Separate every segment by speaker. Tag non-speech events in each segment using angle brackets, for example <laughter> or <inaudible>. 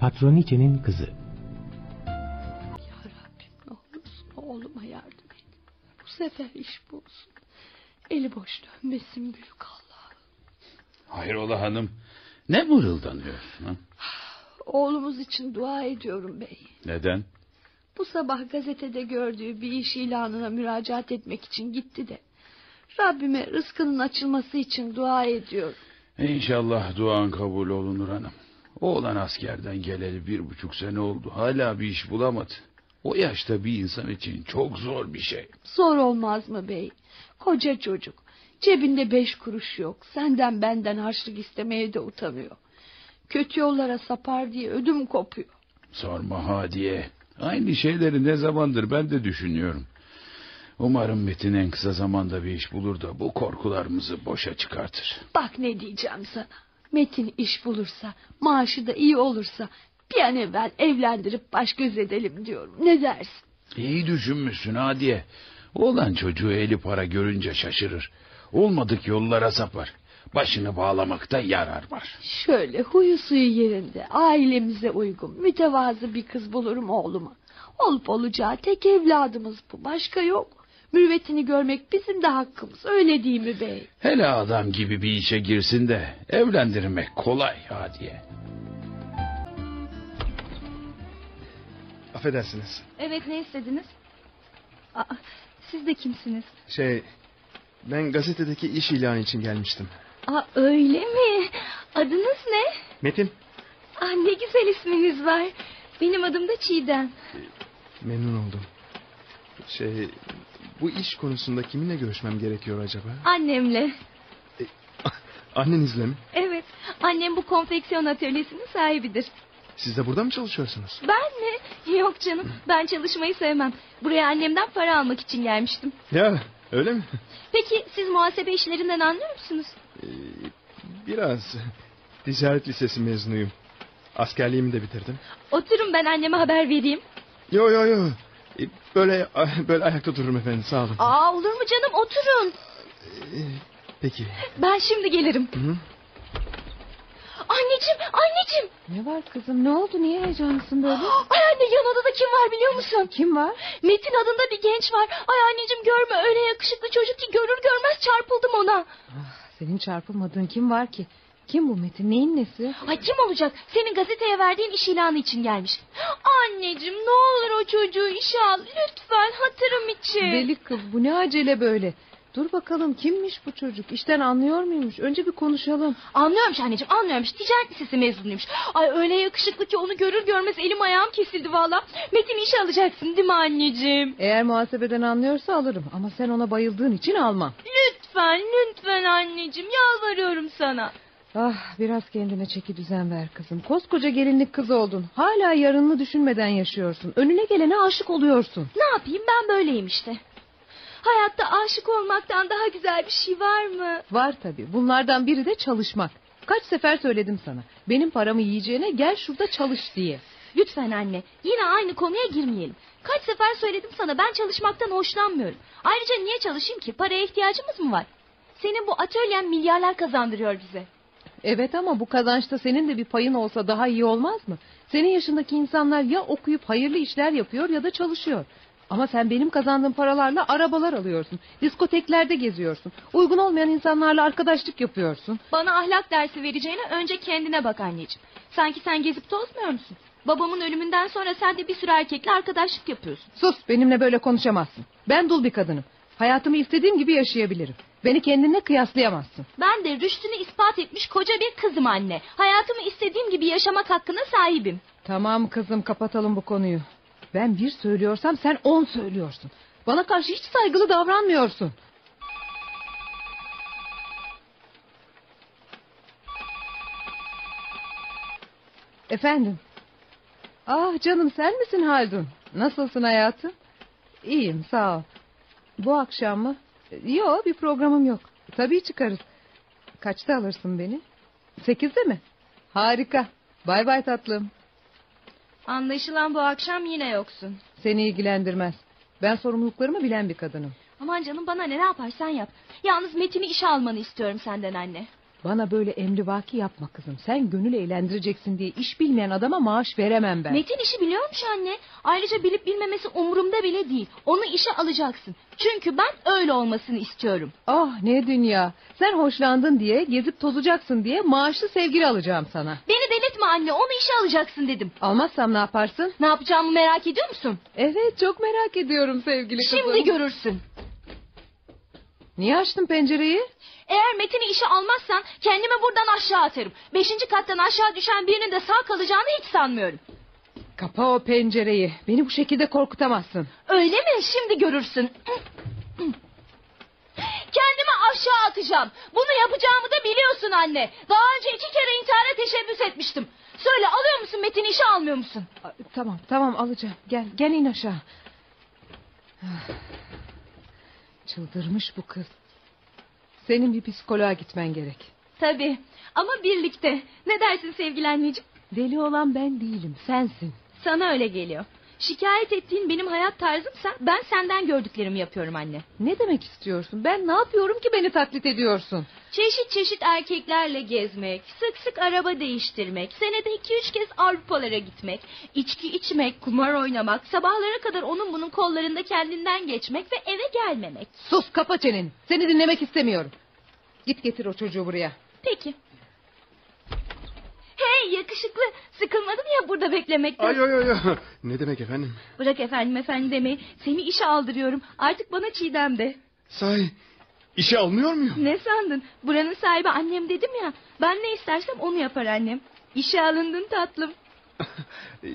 Speaker 1: Patroniçe'nin kızı.
Speaker 2: Ya Rabbim ne olursun oğluma yardım et. Bu sefer iş bulsun. Eli boş dönmesin büyük Allah.
Speaker 3: Hayrola hanım. Ne mırıldanıyorsun? ha?
Speaker 2: Oğlumuz için dua ediyorum bey.
Speaker 3: Neden?
Speaker 2: Bu sabah gazetede gördüğü bir iş ilanına müracaat etmek için gitti de. Rabbime rızkının açılması için dua ediyorum.
Speaker 3: İnşallah duan kabul olunur hanım. Oğlan askerden geleli bir buçuk sene oldu. Hala bir iş bulamadı. O yaşta bir insan için çok zor bir şey.
Speaker 2: Zor olmaz mı bey? Koca çocuk. Cebinde beş kuruş yok. Senden benden harçlık istemeye de utanıyor. Kötü yollara sapar diye ödüm kopuyor.
Speaker 3: Sorma Hadiye. Aynı şeyleri ne zamandır ben de düşünüyorum. Umarım Metin en kısa zamanda bir iş bulur da bu korkularımızı boşa çıkartır.
Speaker 2: Bak ne diyeceğim sana. Metin iş bulursa, maaşı da iyi olursa bir an evvel evlendirip baş göz edelim diyorum. Ne dersin?
Speaker 3: İyi düşünmüşsün Hadiye. Oğlan çocuğu eli para görünce şaşırır. Olmadık yollara sapar. Başını bağlamakta yarar var.
Speaker 2: Şöyle huyu suyu yerinde, ailemize uygun, mütevazı bir kız bulurum oğluma. Olup olacağı tek evladımız bu, başka yok. Mürvetini görmek bizim de hakkımız, öyle değil mi bey?
Speaker 3: Hele adam gibi bir işe girsin de evlendirmek kolay Hadiye.
Speaker 4: Affedersiniz.
Speaker 5: Evet ne istediniz? Aa, siz de kimsiniz?
Speaker 4: Şey, ben gazetedeki iş ilanı için gelmiştim.
Speaker 5: Aa, öyle mi? Adınız ne?
Speaker 4: Metin,
Speaker 5: Aa, ne güzel isminiz var. Benim adım da Çiğdem.
Speaker 4: memnun oldum. Şey, bu iş konusunda kiminle görüşmem gerekiyor acaba? E,
Speaker 5: Annemle.
Speaker 4: <laughs> Annenizle mi?
Speaker 5: Evet annem bu konfeksiyon atölyesinin sahibidir.
Speaker 4: Siz de burada mı çalışıyorsunuz?
Speaker 5: Ben mi? Yok canım ben çalışmayı sevmem. Buraya annemden para almak için gelmiştim.
Speaker 4: Ya, öyle mi?
Speaker 5: Peki siz muhasebe işlerinden anlıyor musunuz?
Speaker 4: Ee, Biraz. Ticaret lisesi mezunuyum. Askerliğimi de bitirdim.
Speaker 5: Oturun ben anneme haber vereyim.
Speaker 4: Yo yo yo. Ee, Böyle böyle ayakta dururum efendim sağ olun.
Speaker 5: Aa olur mu canım oturun.
Speaker 4: Ee, Peki.
Speaker 5: Ben şimdi gelirim.
Speaker 4: Hı?
Speaker 5: Anneciğim anneciğim.
Speaker 6: Ne var kızım ne oldu niye heyecanlısın böyle?
Speaker 5: Ay anne yan odada kim var biliyor musun?
Speaker 6: Kim var?
Speaker 5: Metin adında bir genç var. Ay anneciğim görme öyle yakışıklı çocuk ki görür görmez çarpıldım ona.
Speaker 6: Senin çarpılmadığın kim var ki? Kim bu Metin neyin nesi?
Speaker 5: Ay kim olacak? Senin gazeteye verdiğin iş ilanı için gelmiş. Anneciğim ne olur o çocuğu işe al. Lütfen hatırım için.
Speaker 6: Deli kız bu ne acele böyle? Dur bakalım kimmiş bu çocuk? İşten anlıyor muymuş? Önce bir konuşalım.
Speaker 5: Anlıyormuş anneciğim anlıyormuş. Ticaret lisesi mezunuymuş. Ay öyle yakışıklı ki onu görür görmez elim ayağım kesildi valla. Metin işe alacaksın değil mi anneciğim?
Speaker 6: Eğer muhasebeden anlıyorsa alırım ama sen ona bayıldığın için almam.
Speaker 5: Lütfen lütfen anneciğim yalvarıyorum sana.
Speaker 6: Ah biraz kendine çeki düzen ver kızım. Koskoca gelinlik kız oldun. Hala yarınını düşünmeden yaşıyorsun. Önüne gelene aşık oluyorsun.
Speaker 5: Ne yapayım ben böyleyim işte. Hayatta aşık olmaktan daha güzel bir şey var mı?
Speaker 6: Var tabii. Bunlardan biri de çalışmak. Kaç sefer söyledim sana. Benim paramı yiyeceğine gel şurada çalış diye.
Speaker 5: Lütfen anne yine aynı konuya girmeyelim. Kaç sefer söyledim sana ben çalışmaktan hoşlanmıyorum. Ayrıca niye çalışayım ki paraya ihtiyacımız mı var? Senin bu atölyen milyarlar kazandırıyor bize.
Speaker 6: Evet ama bu kazançta senin de bir payın olsa daha iyi olmaz mı? Senin yaşındaki insanlar ya okuyup hayırlı işler yapıyor ya da çalışıyor. Ama sen benim kazandığım paralarla arabalar alıyorsun. Diskoteklerde geziyorsun. Uygun olmayan insanlarla arkadaşlık yapıyorsun.
Speaker 5: Bana ahlak dersi vereceğine önce kendine bak anneciğim. Sanki sen gezip tozmuyor musun? Babamın ölümünden sonra sen de bir sürü erkekle arkadaşlık yapıyorsun.
Speaker 6: Sus benimle böyle konuşamazsın. Ben dul bir kadınım. Hayatımı istediğim gibi yaşayabilirim. Beni kendinle kıyaslayamazsın.
Speaker 5: Ben de rüştünü ispat etmiş koca bir kızım anne. Hayatımı istediğim gibi yaşamak hakkına sahibim.
Speaker 6: Tamam kızım kapatalım bu konuyu. Ben bir söylüyorsam sen on söylüyorsun. Bana karşı hiç saygılı davranmıyorsun. Efendim? Ah canım sen misin Haldun? Nasılsın hayatım? İyiyim sağ ol. Bu akşam mı? Yok bir programım yok. Tabii çıkarız. Kaçta alırsın beni? Sekizde mi? Harika. Bay bay tatlım.
Speaker 5: Anlaşılan bu akşam yine yoksun.
Speaker 6: Seni ilgilendirmez. Ben sorumluluklarımı bilen bir kadınım.
Speaker 5: Aman canım bana ne, ne yaparsan yap. Yalnız Metin'i işe almanı istiyorum senden anne.
Speaker 6: Bana böyle emrivaki yapma kızım. Sen gönül eğlendireceksin diye iş bilmeyen adama maaş veremem ben.
Speaker 5: Metin işi biliyormuş anne. Ayrıca bilip bilmemesi umurumda bile değil. Onu işe alacaksın. Çünkü ben öyle olmasını istiyorum.
Speaker 6: Ah ne dünya. Sen hoşlandın diye, gezip tozacaksın diye maaşlı sevgili alacağım sana.
Speaker 5: Beni delirtme anne onu işe alacaksın dedim.
Speaker 6: Almazsam ne yaparsın?
Speaker 5: Ne yapacağımı merak ediyor musun?
Speaker 6: Evet çok merak ediyorum sevgili kızım.
Speaker 5: Şimdi görürsün.
Speaker 6: Niye açtın pencereyi?
Speaker 5: Eğer Metin'i işe almazsan kendimi buradan aşağı atarım. Beşinci kattan aşağı düşen birinin de sağ kalacağını hiç sanmıyorum.
Speaker 6: Kapa o pencereyi. Beni bu şekilde korkutamazsın.
Speaker 5: Öyle mi? Şimdi görürsün. <clears throat> Kendimi aşağı atacağım. Bunu yapacağımı da biliyorsun anne. Daha önce iki kere intihara teşebbüs etmiştim. Söyle alıyor musun Metin'i işe almıyor musun?
Speaker 6: A, Tamam tamam alacağım. Gel gel in aşağı. Ah. Çıldırmış bu kız. Senin bir psikoloğa gitmen gerek.
Speaker 5: Tabii ama birlikte. Ne dersin sevgili anneciğim?
Speaker 6: Deli olan ben değilim sensin.
Speaker 5: Sana öyle geliyor. Şikayet ettiğin benim hayat tarzımsa ben senden gördüklerimi yapıyorum anne.
Speaker 6: Ne demek istiyorsun? Ben ne yapıyorum ki beni taklit ediyorsun?
Speaker 5: Çeşit çeşit erkeklerle gezmek, sık sık araba değiştirmek, senede iki üç kez Avrupalara gitmek, içki içmek, kumar oynamak, sabahlara kadar onun bunun kollarında kendinden geçmek ve eve gelmemek.
Speaker 6: Sus kapa çeneni. Seni dinlemek istemiyorum. Git getir o çocuğu buraya.
Speaker 5: Peki. Hey yakışıklı, sıkılmadın ya burada beklemekten.
Speaker 4: Ay ay ay, ay. Ne demek efendim?
Speaker 5: Bırak efendim efendim demeyi, seni işe aldırıyorum. Artık bana Çiğdem de.
Speaker 4: Say, işe almıyor muyum?
Speaker 5: Ne sandın? Buranın sahibi annem dedim ya. Ben ne istersem onu yapar annem. İşe alındın tatlım.
Speaker 4: Ee,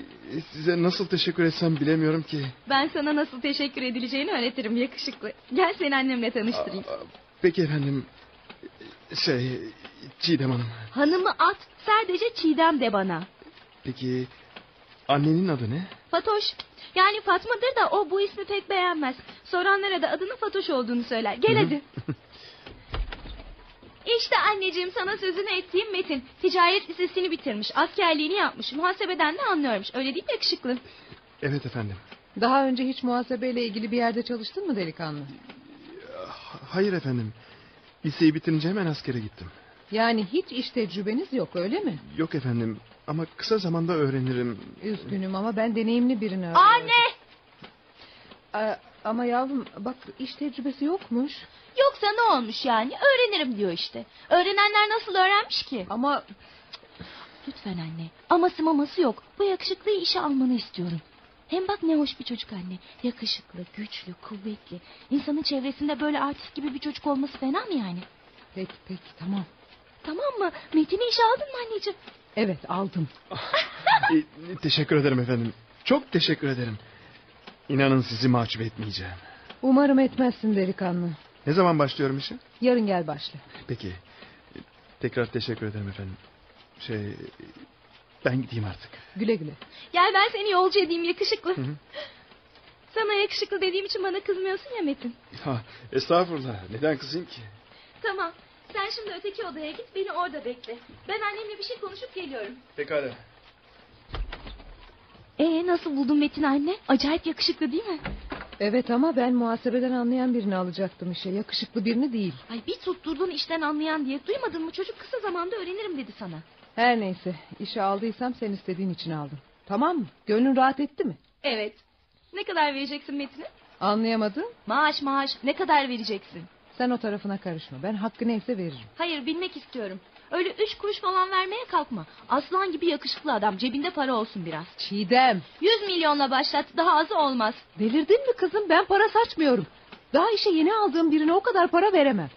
Speaker 4: Size nasıl teşekkür etsem bilemiyorum ki.
Speaker 5: Ben sana nasıl teşekkür edileceğini öğretirim yakışıklı. Gel seni annemle tanıştırayım.
Speaker 4: Aa, Peki efendim. Şey, Çiğdem Hanım.
Speaker 5: Hanımı at sadece Çiğdem de bana.
Speaker 4: Peki annenin adı ne?
Speaker 5: Fatoş. Yani Fatma'dır da o bu ismi pek beğenmez. Soranlara da adının Fatoş olduğunu söyler. Gel hadi. İşte anneciğim sana sözünü ettiğim Metin. Ticaret lisesini bitirmiş, askerliğini yapmış, muhasebeden de anlıyormuş. Öyle değil mi yakışıklı?
Speaker 4: Evet efendim.
Speaker 6: Daha önce hiç muhasebeyle ilgili bir yerde çalıştın mı delikanlı?
Speaker 4: Ha- Hayır efendim. Liseyi bitirince hemen askere gittim.
Speaker 6: Yani hiç iş tecrübeniz yok öyle mi?
Speaker 4: Yok efendim ama kısa zamanda öğrenirim.
Speaker 6: Üzgünüm ama ben deneyimli birini arıyorum.
Speaker 5: Anne!
Speaker 6: Aa, Ee, ama yavrum bak iş tecrübesi yokmuş.
Speaker 5: Yoksa ne olmuş yani? Öğrenirim diyor işte. Öğrenenler nasıl öğrenmiş ki?
Speaker 6: Ama
Speaker 5: Lütfen anne. Aması maması yok. Bu yakışıklıyı işe almanı istiyorum. Hem bak ne hoş bir çocuk anne. Yakışıklı, güçlü, kuvvetli. İnsanın çevresinde böyle artist gibi bir çocuk olması fena mı yani?
Speaker 6: peki peki tamam.
Speaker 5: Tamam mı? Metin'i işe aldın mı anneciğim?
Speaker 6: Evet aldım.
Speaker 4: Ee, teşekkür ederim efendim. Çok teşekkür ederim. İnanın sizi mahcup etmeyeceğim.
Speaker 6: Umarım etmezsin delikanlı.
Speaker 4: Ne zaman başlıyorum işe?
Speaker 6: Yarın gel başla.
Speaker 4: Peki. Ee, Tekrar teşekkür ederim efendim. Şey ben gideyim artık.
Speaker 6: Güle güle.
Speaker 5: Gel ben seni yolcu edeyim yakışıklı.
Speaker 4: hı.
Speaker 5: <laughs> Sana yakışıklı dediğim için bana kızmıyorsun ya Metin.
Speaker 4: Ha, estağfurullah. Neden kızayım ki?
Speaker 5: Tamam. Sen şimdi öteki odaya git beni orada bekle. Ben annemle bir şey konuşup geliyorum.
Speaker 4: Pekala.
Speaker 5: Ee nasıl buldun Metin anne? Acayip yakışıklı değil mi?
Speaker 6: Evet ama ben muhasebeden anlayan birini alacaktım işe. Yakışıklı birini değil.
Speaker 5: Ay bir tutturdun işten anlayan diye duymadın mı çocuk kısa zamanda öğrenirim dedi sana.
Speaker 6: Her neyse işe aldıysam sen istediğin için aldım. Tamam mı? Gönlün rahat etti mi?
Speaker 5: Evet. Ne kadar vereceksin Metin'e?
Speaker 6: Anlayamadın.
Speaker 5: Maaş maaş ne kadar vereceksin?
Speaker 6: Sen o tarafına karışma. Ben hakkı neyse veririm.
Speaker 5: Hayır bilmek istiyorum. Öyle üç kuruş falan vermeye kalkma. Aslan gibi yakışıklı adam cebinde para olsun biraz.
Speaker 6: Çiğdem.
Speaker 5: Yüz milyonla başlat daha azı olmaz.
Speaker 6: Delirdin mi kızım? Ben para saçmıyorum. Daha işe yeni aldığım birine o kadar para veremem.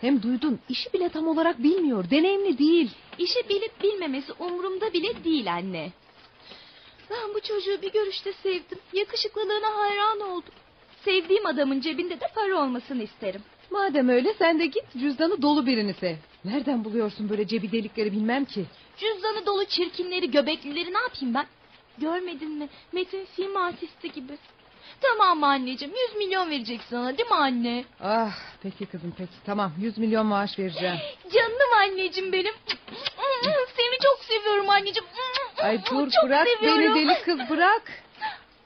Speaker 6: Hem duydun işi bile tam olarak bilmiyor. Deneyimli değil.
Speaker 5: İşi bilip bilmemesi umurumda bile değil anne. Ben bu çocuğu bir görüşte sevdim. Yakışıklılığına hayran oldum. Sevdiğim adamın cebinde de para olmasını isterim.
Speaker 6: Madem öyle sen de git cüzdanı dolu birini sev. Nereden buluyorsun böyle cebi delikleri bilmem ki.
Speaker 5: Cüzdanı dolu çirkinleri, göbeklileri ne yapayım ben? Görmedin mi? Metin film artisti gibi. Tamam anneciğim, 100 milyon vereceksin ona değil mi anne?
Speaker 6: Ah peki kızım peki tamam 100 milyon
Speaker 5: <laughs>
Speaker 6: maaş vereceğim.
Speaker 5: Canım anneciğim benim. <laughs> Seni çok seviyorum anneciğim.
Speaker 6: Ay dur
Speaker 5: çok
Speaker 6: bırak
Speaker 5: seviyorum.
Speaker 6: beni deli kız bırak.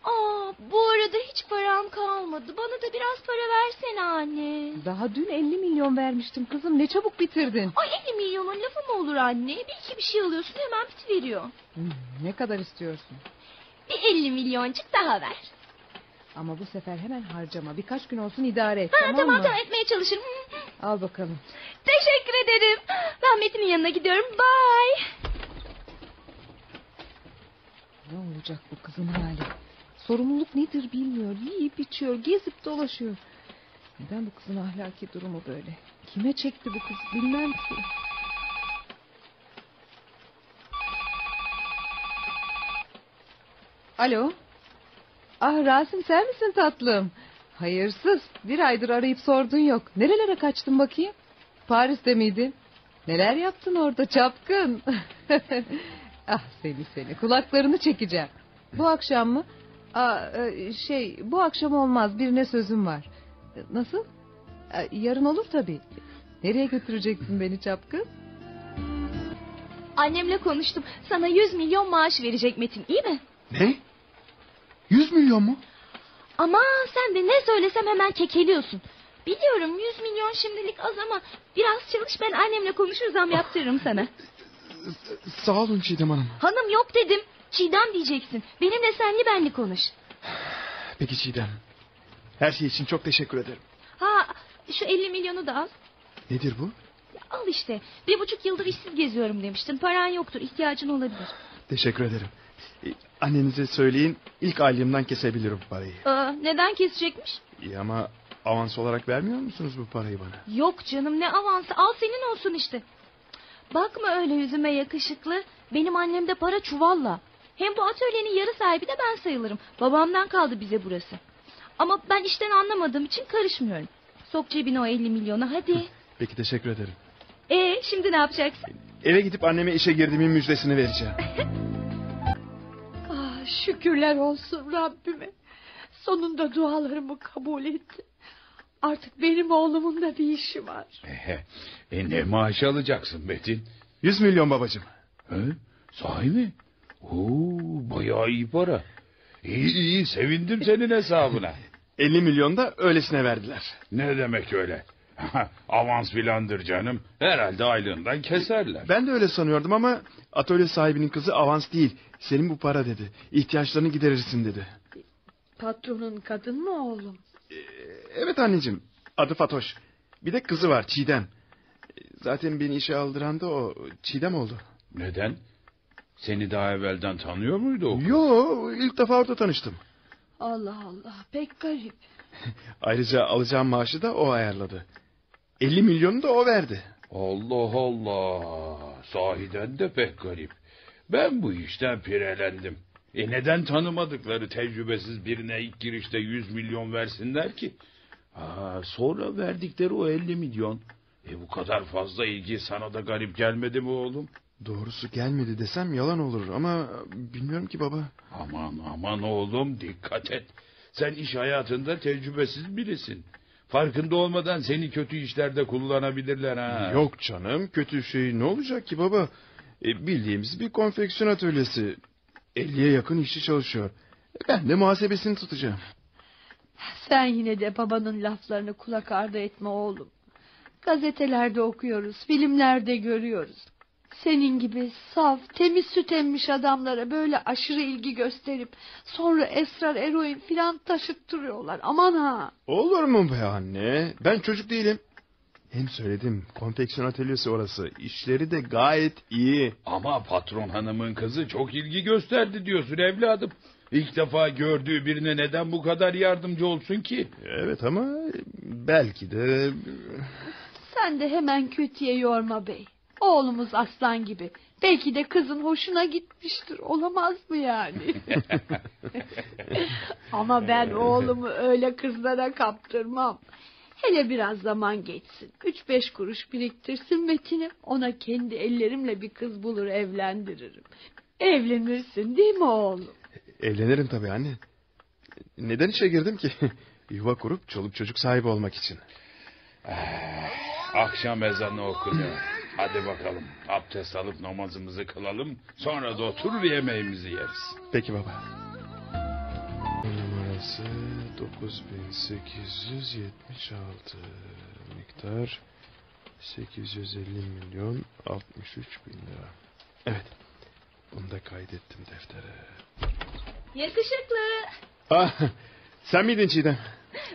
Speaker 5: Aa, bu arada hiç hiç param kalmadı. Bana da biraz para versene anne.
Speaker 6: Daha dün 50 milyon vermiştim kızım. Ne çabuk bitirdin.
Speaker 5: Ay 50 milyonun lafı mı olur anne? Bir iki bir şey alıyorsun hemen bitiveriyor.
Speaker 6: Hmm, ne kadar istiyorsun?
Speaker 5: Bir 50 milyoncuk daha ver.
Speaker 6: Ama bu sefer hemen harcama. Birkaç gün olsun idare et.
Speaker 5: Ha,
Speaker 6: tamam,
Speaker 5: tamam tamam,
Speaker 6: mı?
Speaker 5: etmeye çalışırım. Hı, hı.
Speaker 6: Al bakalım.
Speaker 5: Teşekkür ederim. Ben Metin'in yanına gidiyorum. Bye.
Speaker 6: Ne olacak bu kızın hali? Sorumluluk nedir bilmiyor. Yiyip içiyor, gezip dolaşıyor. Neden bu kızın ahlaki durumu böyle? Kime çekti bu kız bilmem ki. Alo. Ah Rasim sen misin tatlım? Hayırsız. Bir aydır arayıp sordun yok. Nerelere kaçtın bakayım? Paris'te miydin? Neler yaptın orada çapkın? <laughs> ah seni seni kulaklarını çekeceğim. Bu akşam mı? Aa, e, şey bu akşam olmaz birine sözüm var. E, Nasıl? E, Yarın olur tabii. Nereye götüreceksin beni çapkın?
Speaker 5: Annemle konuştum. Sana 100 milyon maaş verecek Metin iyi mi?
Speaker 4: Ne? Yüz milyon mu?
Speaker 5: Ama sen de ne söylesem hemen kekeliyorsun. Biliyorum 100 milyon şimdilik az ama biraz çalış ben annemle konuşur zam yaptırırım sana.
Speaker 4: Sağ olun Çiğdem Hanım.
Speaker 5: Hanım yok dedim. Çiğdem diyeceksin. Benimle senli benli konuş.
Speaker 4: Peki Çiğdem. Her şey için çok teşekkür ederim.
Speaker 5: Ha şu 50 milyonu da al.
Speaker 4: Nedir bu?
Speaker 5: Ya Al işte. Bir buçuk yıldır işsiz geziyorum demiştin. Paran yoktur. ihtiyacın olabilir.
Speaker 4: Teşekkür ederim. E, Annenize söyleyin ilk aylığımdan kesebilirim parayı.
Speaker 5: Aa, neden kesecekmiş?
Speaker 4: İyi ama avans olarak vermiyor musunuz bu parayı bana?
Speaker 5: Yok canım ne avansı. Al senin olsun işte. Bakma öyle yüzüme yakışıklı. Benim annemde para çuvalla. Hem bu atölyenin yarı sahibi de ben sayılırım. Babamdan kaldı bize burası. Ama ben işten anlamadığım için karışmıyorum. Sok cebine o 50 milyonu hadi.
Speaker 4: Peki teşekkür ederim.
Speaker 5: E şimdi ne yapacaksın?
Speaker 4: Eve gidip anneme işe girdiğimin müjdesini vereceğim.
Speaker 2: Ah, şükürler olsun Rabbime. Sonunda dualarımı kabul etti. Artık benim oğlumun da bir işi var.
Speaker 3: Ehe. E ne maaş alacaksın Metin?
Speaker 4: 100 milyon babacığım.
Speaker 3: He? Sahi mi? Oo, bayağı iyi para. İyi iyi sevindim senin hesabına.
Speaker 4: 50 milyon da öylesine verdiler.
Speaker 3: ne demek öyle? Avans filandır canım. Herhalde aylığından keserler.
Speaker 4: Ben de öyle sanıyordum ama atölye sahibinin kızı avans değil. Senin bu para dedi. İhtiyaçlarını giderirsin dedi. Ee,
Speaker 2: Patronun kadın mı oğlum?
Speaker 4: Evet anneciğim. Adı Fatoş. Bir de kızı var Çiğdem. Zaten beni işe aldıran da o Çiğdem oldu.
Speaker 3: Neden? Seni daha evvelden tanıyor muydu o? kız?
Speaker 4: Yo ilk defa orada tanıştım.
Speaker 2: Allah Allah pek garip.
Speaker 4: Ayrıca alacağım maaşı da o ayarladı. 50 milyonu da o verdi.
Speaker 3: Allah Allah. Sahiden de pek garip. Ben bu işten pirelendim. E neden tanımadıkları tecrübesiz birine ilk girişte 100 milyon versinler ki? Aa, sonra verdikleri o 50 milyon. E bu kadar fazla ilgi sana da garip gelmedi mi oğlum?
Speaker 4: Doğrusu gelmedi desem yalan olur ama bilmiyorum ki baba.
Speaker 3: Aman aman oğlum dikkat et. Sen iş hayatında tecrübesiz birisin. Farkında olmadan seni kötü işlerde kullanabilirler ha.
Speaker 4: Yok canım kötü şey ne olacak ki baba? E, bildiğimiz bir konfeksiyon atölyesi. 50'ye yakın işçi çalışıyor. E, Ben de muhasebesini tutacağım.
Speaker 2: Sen yine de babanın laflarını kulak ardı etme oğlum. Gazetelerde okuyoruz, filmlerde görüyoruz. Senin gibi saf, temiz süt emmiş adamlara böyle aşırı ilgi gösterip sonra esrar eroin filan taşıttırıyorlar. Aman ha!
Speaker 4: Olur mu be anne? Ben çocuk değilim. Hem söyledim konfeksiyon atölyesi orası. İşleri de gayet iyi.
Speaker 3: Ama patron hanımın kızı çok ilgi gösterdi diyorsun evladım. İlk defa gördüğü birine neden bu kadar yardımcı olsun ki?
Speaker 4: Evet ama belki de...
Speaker 2: Sen de hemen kötüye yorma bey. Oğlumuz aslan gibi. Belki de kızın hoşuna gitmiştir. Olamaz mı yani? Ama ben oğlumu öyle kızlara kaptırmam. Hele biraz zaman geçsin. Üç beş kuruş biriktirsin Metin'im. Ona kendi ellerimle bir kız bulur evlendiririm. Evlenirsin değil mi oğlum?
Speaker 4: Evlenirim tabii anne. Neden işe girdim ki? <laughs> Yuva kurup çoluk çocuk sahibi olmak için.
Speaker 3: Akşam ezanı okunuyor. Hadi bakalım abdest alıp namazımızı kılalım. Sonra da oturur yemeğimizi yeriz.
Speaker 4: Peki baba. Numarası 9876 miktar 850 milyon 63 bin lira. Evet. Bunu da kaydettim deftere.
Speaker 5: Yakışıklı.
Speaker 4: Ah, sen miydin Çiğdem?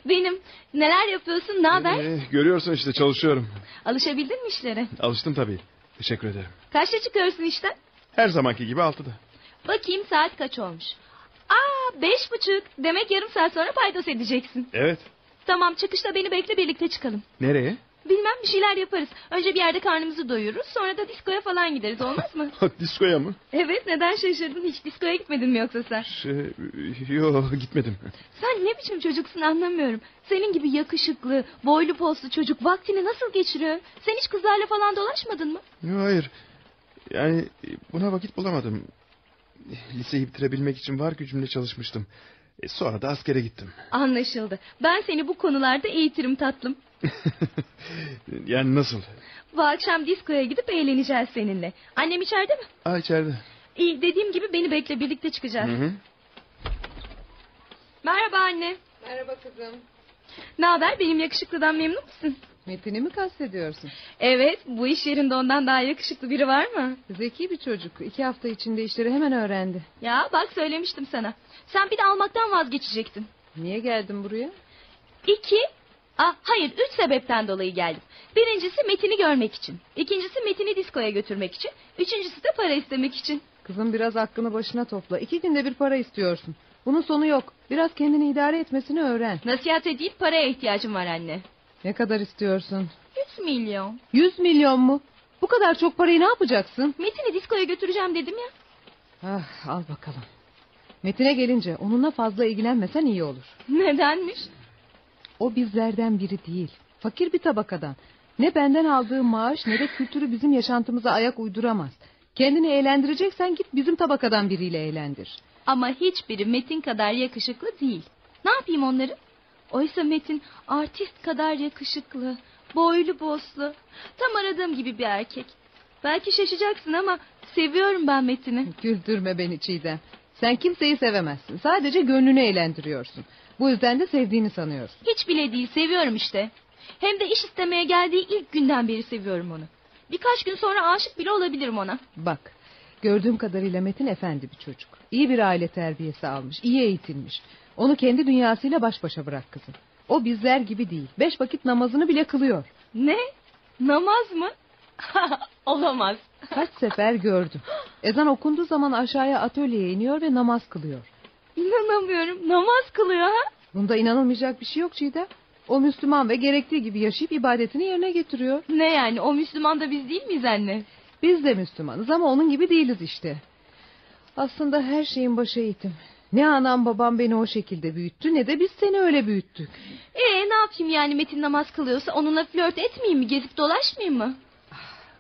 Speaker 5: Benim. Neler yapıyorsun? Ne haber?
Speaker 4: Ee, görüyorsun işte çalışıyorum.
Speaker 5: Alışabildin mi işlere?
Speaker 4: Alıştım tabii. Teşekkür ederim.
Speaker 5: Kaçta çıkıyorsun işten?
Speaker 4: Her zamanki gibi altıda.
Speaker 5: Bakayım saat kaç olmuş. Aa beş buçuk. Demek yarım saat sonra paydos edeceksin.
Speaker 4: Evet.
Speaker 5: Tamam çıkışta beni bekle birlikte çıkalım.
Speaker 4: Nereye?
Speaker 5: Bilmem bir şeyler yaparız. Önce bir yerde karnımızı doyururuz sonra da diskoya falan gideriz olmaz
Speaker 4: <laughs>
Speaker 5: mı?
Speaker 4: <laughs> Diskoya mı?
Speaker 5: evet neden şaşırdın hiç diskoya gitmedin mi yoksa sen?
Speaker 4: Şey, yo gitmedim.
Speaker 5: Sen ne biçim çocuksun anlamıyorum. Senin gibi yakışıklı, boylu poslu çocuk vaktini nasıl geçiriyor? Sen hiç kızlarla falan dolaşmadın mı?
Speaker 4: Yo, hayır. Yani buna vakit bulamadım. Liseyi bitirebilmek için var gücümle çalışmıştım. E, sonra da askere gittim.
Speaker 5: Anlaşıldı. Ben seni bu konularda eğitirim tatlım.
Speaker 4: yani nasıl?
Speaker 5: Bu akşam diskoya gidip eğleneceğiz seninle. Annem içeride mi?
Speaker 4: Aa içeride.
Speaker 5: İyi dediğim gibi beni bekle birlikte çıkacağız.
Speaker 4: Hı hı.
Speaker 5: Merhaba anne.
Speaker 6: Merhaba kızım.
Speaker 5: Ne haber benim yakışıklıdan memnun musun?
Speaker 6: Metin'i mi kastediyorsun?
Speaker 5: Evet bu iş yerinde ondan daha yakışıklı biri var mı?
Speaker 6: Zeki bir çocuk. İki hafta içinde işleri hemen öğrendi.
Speaker 5: Ya bak söylemiştim sana. Sen bir de almaktan vazgeçecektin.
Speaker 6: Niye geldin buraya?
Speaker 5: İki, ah, hayır üç sebepten dolayı geldim. Birincisi Metin'i görmek için. İkincisi Metin'i diskoya götürmek için. Üçüncüsü de para istemek için.
Speaker 6: Kızım biraz hakkını başına topla. İki günde bir para istiyorsun. Bunun sonu yok. Biraz kendini idare etmesini öğren.
Speaker 5: Nasihate değil paraya ihtiyacım var anne.
Speaker 6: Ne kadar istiyorsun?
Speaker 5: Üç milyon.
Speaker 6: Yüz milyon mu? Bu kadar çok parayı ne yapacaksın?
Speaker 5: Metin'i diskoya götüreceğim dedim ya. <laughs>
Speaker 6: Ah, al bakalım. Metin'e gelince onunla fazla ilgilenmesen iyi olur.
Speaker 5: Nedenmiş?
Speaker 6: O bizlerden biri değil. Fakir bir tabakadan. Ne benden aldığı maaş ne de kültürü bizim yaşantımıza ayak uyduramaz. Kendini eğlendireceksen git bizim tabakadan biriyle eğlendir.
Speaker 5: Ama hiçbiri Metin kadar yakışıklı değil. Ne yapayım onları? Oysa Metin artist kadar yakışıklı, boylu boslu, tam aradığım gibi bir erkek. Belki şaşacaksın ama seviyorum ben Metin'i.
Speaker 6: Güldürme beni Çiğdem. Sen kimseyi sevemezsin. Sadece gönlünü eğlendiriyorsun. Bu yüzden de sevdiğini sanıyorsun.
Speaker 5: Hiç bile değil seviyorum işte. Hem de iş istemeye geldiği ilk günden beri seviyorum onu. Birkaç gün sonra aşık bile olabilirim ona.
Speaker 6: Bak, gördüğüm kadarıyla Metin efendi bir çocuk. İyi bir aile terbiyesi almış, iyi eğitilmiş. Onu kendi dünyasıyla baş başa bırak kızım. O bizler gibi değil. Beş vakit namazını bile kılıyor.
Speaker 5: Ne? Namaz mı? <laughs> Olamaz.
Speaker 6: Kaç sefer gördüm. Ezan okunduğu zaman aşağıya atölyeye iniyor ve namaz kılıyor.
Speaker 5: İnanamıyorum. Namaz kılıyor ha?
Speaker 6: Bunda inanılmayacak bir şey yok Çiğdem. O Müslüman ve gerektiği gibi yaşayıp ibadetini yerine getiriyor.
Speaker 5: Ne yani? O Müslüman da biz değil miyiz anne?
Speaker 6: Biz de Müslümanız ama onun gibi değiliz işte. Aslında her şeyin başı eğitim. Ne anam babam beni o şekilde büyüttü ne de biz seni öyle büyüttük.
Speaker 5: Ee ne yapayım yani Metin namaz kılıyorsa onunla flört etmeyeyim mi? Gezip dolaşmayayım mı?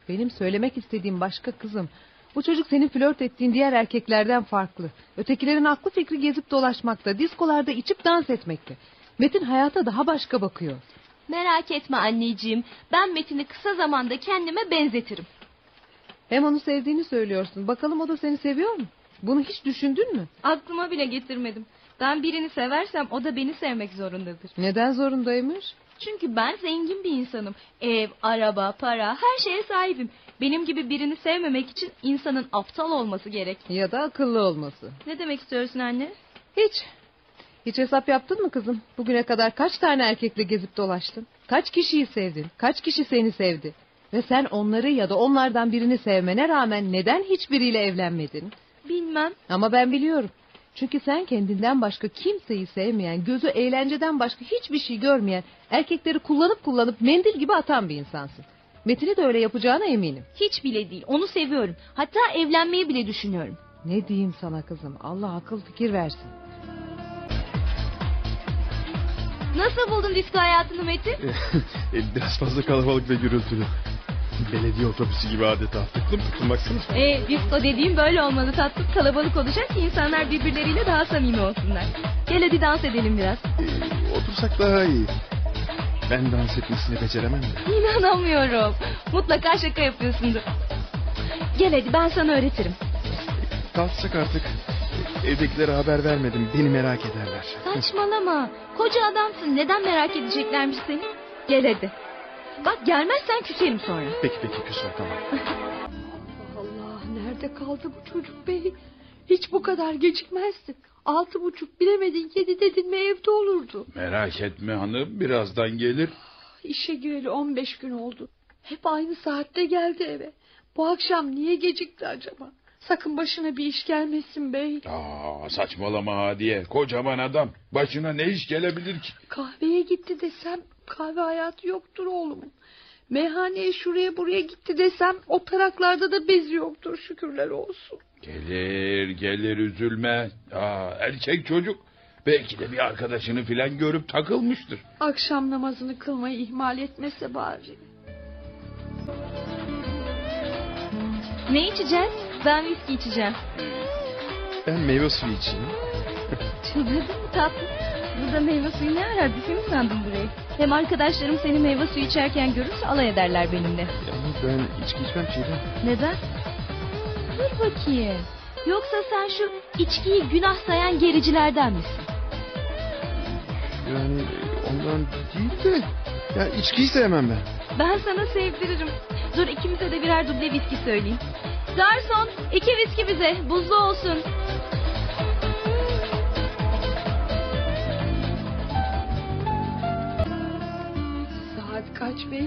Speaker 6: Benim söylemek istediğim başka kızım. Bu çocuk senin flört ettiğin diğer erkeklerden farklı. Ötekilerin aklı fikri gezip dolaşmakta, diskolarda içip dans etmekte. Metin hayata daha başka bakıyor.
Speaker 5: Merak etme anneciğim. Ben Metin'i kısa zamanda kendime benzetirim.
Speaker 6: Hem onu sevdiğini söylüyorsun. Bakalım o da seni seviyor mu? Bunu hiç düşündün mü?
Speaker 5: Aklıma bile getirmedim. Ben birini seversem o da beni sevmek zorundadır.
Speaker 6: Neden zorundaymış?
Speaker 5: Çünkü ben zengin bir insanım. Ev, araba, para, her şeye sahibim. Benim gibi birini sevmemek için insanın aptal olması gerek.
Speaker 6: Ya da akıllı olması.
Speaker 5: Ne demek istiyorsun anne?
Speaker 6: Hiç. Hiç hesap yaptın mı kızım? Bugüne kadar kaç tane erkekle gezip dolaştın? Kaç kişiyi sevdin? Kaç kişi seni sevdi? Ve sen onları ya da onlardan birini sevmene rağmen neden hiçbiriyle evlenmedin?
Speaker 5: Bilmem.
Speaker 6: Ama ben biliyorum. Çünkü sen kendinden başka kimseyi sevmeyen, gözü eğlenceden başka hiçbir şey görmeyen, erkekleri kullanıp kullanıp mendil gibi atan bir insansın. Metin'i de öyle yapacağına eminim.
Speaker 5: Hiç bile değil. Onu seviyorum. Hatta evlenmeyi bile düşünüyorum.
Speaker 6: Ne diyeyim sana kızım? Allah akıl fikir versin.
Speaker 5: Nasıl buldun disko hayatını Metin?
Speaker 4: E, biraz fazla kalabalık ve gürültülü. Belediye otobüsü gibi adeta. Tıklım tıklım baksana.
Speaker 5: Ee, disko dediğim böyle olmalı tatlım. Kalabalık olacak ki insanlar birbirleriyle daha samimi olsunlar. Gel hadi dans edelim biraz. <laughs>
Speaker 4: E, otursak daha iyi. Ben dans etmesini beceremem de.
Speaker 5: İnanamıyorum. Mutlaka şaka yapıyorsundur. Gel hadi ben sana öğretirim.
Speaker 4: Kalksak artık. E, Evdekilere haber vermedim. Beni merak ederler.
Speaker 5: Saçmalama. Koca adamsın. Neden merak edeceklermiş seni? Gel hadi. Bak gelmezsen küserim sonra.
Speaker 4: Peki peki küsme tamam.
Speaker 2: Allah nerede kaldı bu çocuk bey? Hiç bu kadar gecikmezdi. Altı buçuk bilemedin yedi dedin mi evde olurdu.
Speaker 3: Merak etme hanım birazdan gelir.
Speaker 2: İşe gireli 15 gün oldu. Hep aynı saatte geldi eve. Bu akşam niye gecikti acaba? Sakın başına bir iş gelmesin bey.
Speaker 3: Aa, saçmalama Hadiye. Kocaman adam. Başına ne iş gelebilir ki?
Speaker 2: Kahveye gitti desem kahve hayatı yoktur oğlumun. Meyhaneye şuraya buraya gitti desem o taraklarda da bezi yoktur şükürler olsun.
Speaker 3: Gelir gelir üzülme. Aa, erkek çocuk. Belki de bir arkadaşını filan görüp takılmıştır.
Speaker 2: Akşam namazını kılmayı ihmal etmese bari.
Speaker 5: Ne içeceğiz? Ben viski içeceğim.
Speaker 4: Ben meyve suyu içeyim.
Speaker 5: Çıldırdın mı tatlım? Burada meyve suyu ne arar? Büfe mi sandın burayı? Hem arkadaşlarım seni meyve suyu içerken görürse alay ederler benimle.
Speaker 4: Yalnız ben içki içmem Çiğdem.
Speaker 5: Neden? Dur bakayım. Yoksa sen şu içkiyi günah sayan gericilerden misin?
Speaker 4: Yani ondan değil de... Ya içkiyi sevmem ben.
Speaker 5: Ben sana sevdiririm. Dur ikimize de birer duble viski söyleyeyim. Garson iki viski bize. Buzlu olsun.
Speaker 2: Saat kaç bey?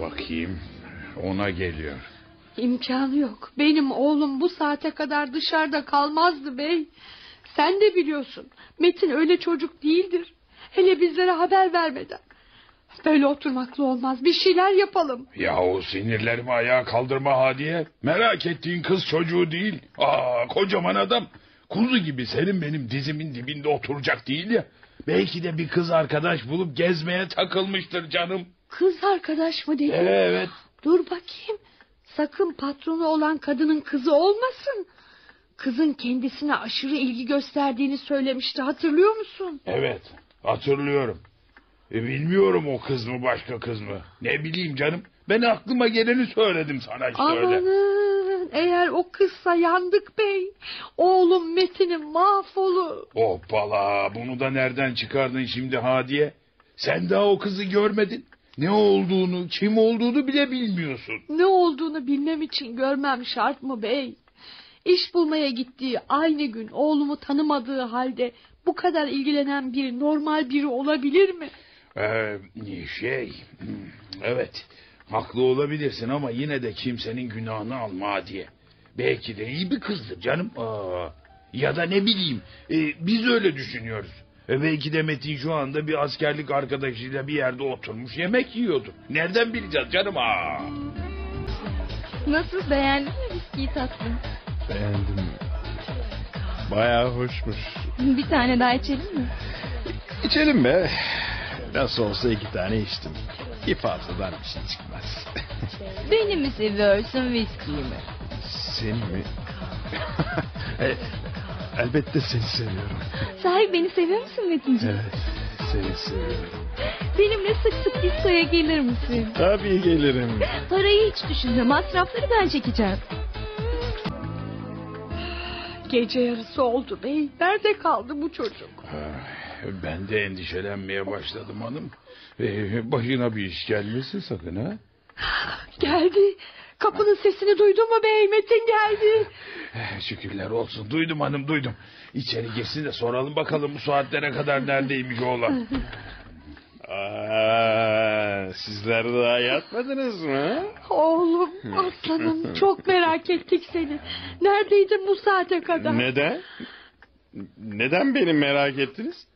Speaker 3: Bakayım. Ona geliyor.
Speaker 2: İmkanı yok. Benim oğlum bu saate kadar dışarıda kalmazdı bey. Sen de biliyorsun. Metin öyle çocuk değildir. Hele bizlere haber vermeden. Böyle oturmakla olmaz. Bir şeyler yapalım.
Speaker 3: Ya o sinirlerimi ayağa kaldırma Hadiye. Merak ettiğin kız çocuğu değil. Aa, kocaman adam. Kuzu gibi senin benim dizimin dibinde oturacak değil ya. Belki de bir kız arkadaş bulup gezmeye takılmıştır canım.
Speaker 2: Kız arkadaş mı dedi?
Speaker 3: Evet.
Speaker 2: Dur bakayım. Sakın patronu olan kadının kızı olmasın. Kızın kendisine aşırı ilgi gösterdiğini söylemişti hatırlıyor musun?
Speaker 3: Evet hatırlıyorum. E, bilmiyorum o kız mı başka kız mı. Ne bileyim canım. Ben aklıma geleni söyledim sana işte öyle.
Speaker 2: Amanın eğer o kızsa yandık bey. Oğlum Metin'in mahvolur.
Speaker 3: Hoppala bunu da nereden çıkardın şimdi Hadiye? Sen daha o kızı görmedin. Ne olduğunu kim olduğunu bile bilmiyorsun.
Speaker 2: Ne olduğunu bilmem için görmem şart mı bey? İş bulmaya gittiği aynı gün oğlumu tanımadığı halde bu kadar ilgilenen bir normal biri olabilir mi?
Speaker 3: Ee, şey evet haklı olabilirsin ama yine de kimsenin günahını alma diye. Belki de iyi bir kızdır canım. Aa, ya da ne bileyim e, biz öyle düşünüyoruz. E, belki de Metin şu anda bir askerlik arkadaşıyla bir yerde oturmuş yemek yiyordu. Nereden bileceğiz canım aa?
Speaker 5: Nasıl beğendin mi viskiyi tatlım?
Speaker 4: Beğendim. Bayağı hoşmuş.
Speaker 5: Bir tane daha içelim mi?
Speaker 4: İçelim be. Nasıl olsa iki tane içtim. Bir fazladan bir şey çıkmaz. <laughs>
Speaker 5: Beni mi seviyorsun viskiyi mi?
Speaker 4: Seni mi? <laughs> E, Elbette seni seviyorum.
Speaker 5: Sahi beni seviyor musun Metinciğim?
Speaker 4: Evet. Seni seviyorum.
Speaker 5: Benimle sık sık diskoya gelir misin?
Speaker 4: Tabii gelirim.
Speaker 5: Parayı hiç düşünme masrafları ben çekeceğim.
Speaker 2: Gece yarısı oldu bey. Nerede kaldı bu çocuk?
Speaker 3: Ben de endişelenmeye başladım hanım. E, başına bir iş gelmesin sakın ha.
Speaker 2: Geldi. Kapının sesini duydun mu bey? Metin geldi.
Speaker 3: Eh, Şükürler olsun. Duydum hanım duydum. İçeri girsin de soralım bakalım bu saatlere kadar neredeymiş oğlan.
Speaker 4: Aa, sizler daha yatmadınız mı?
Speaker 2: Oğlum aslanım çok merak ettik seni. Neredeydin bu saate kadar?
Speaker 4: Neden? Neden beni merak ettiniz?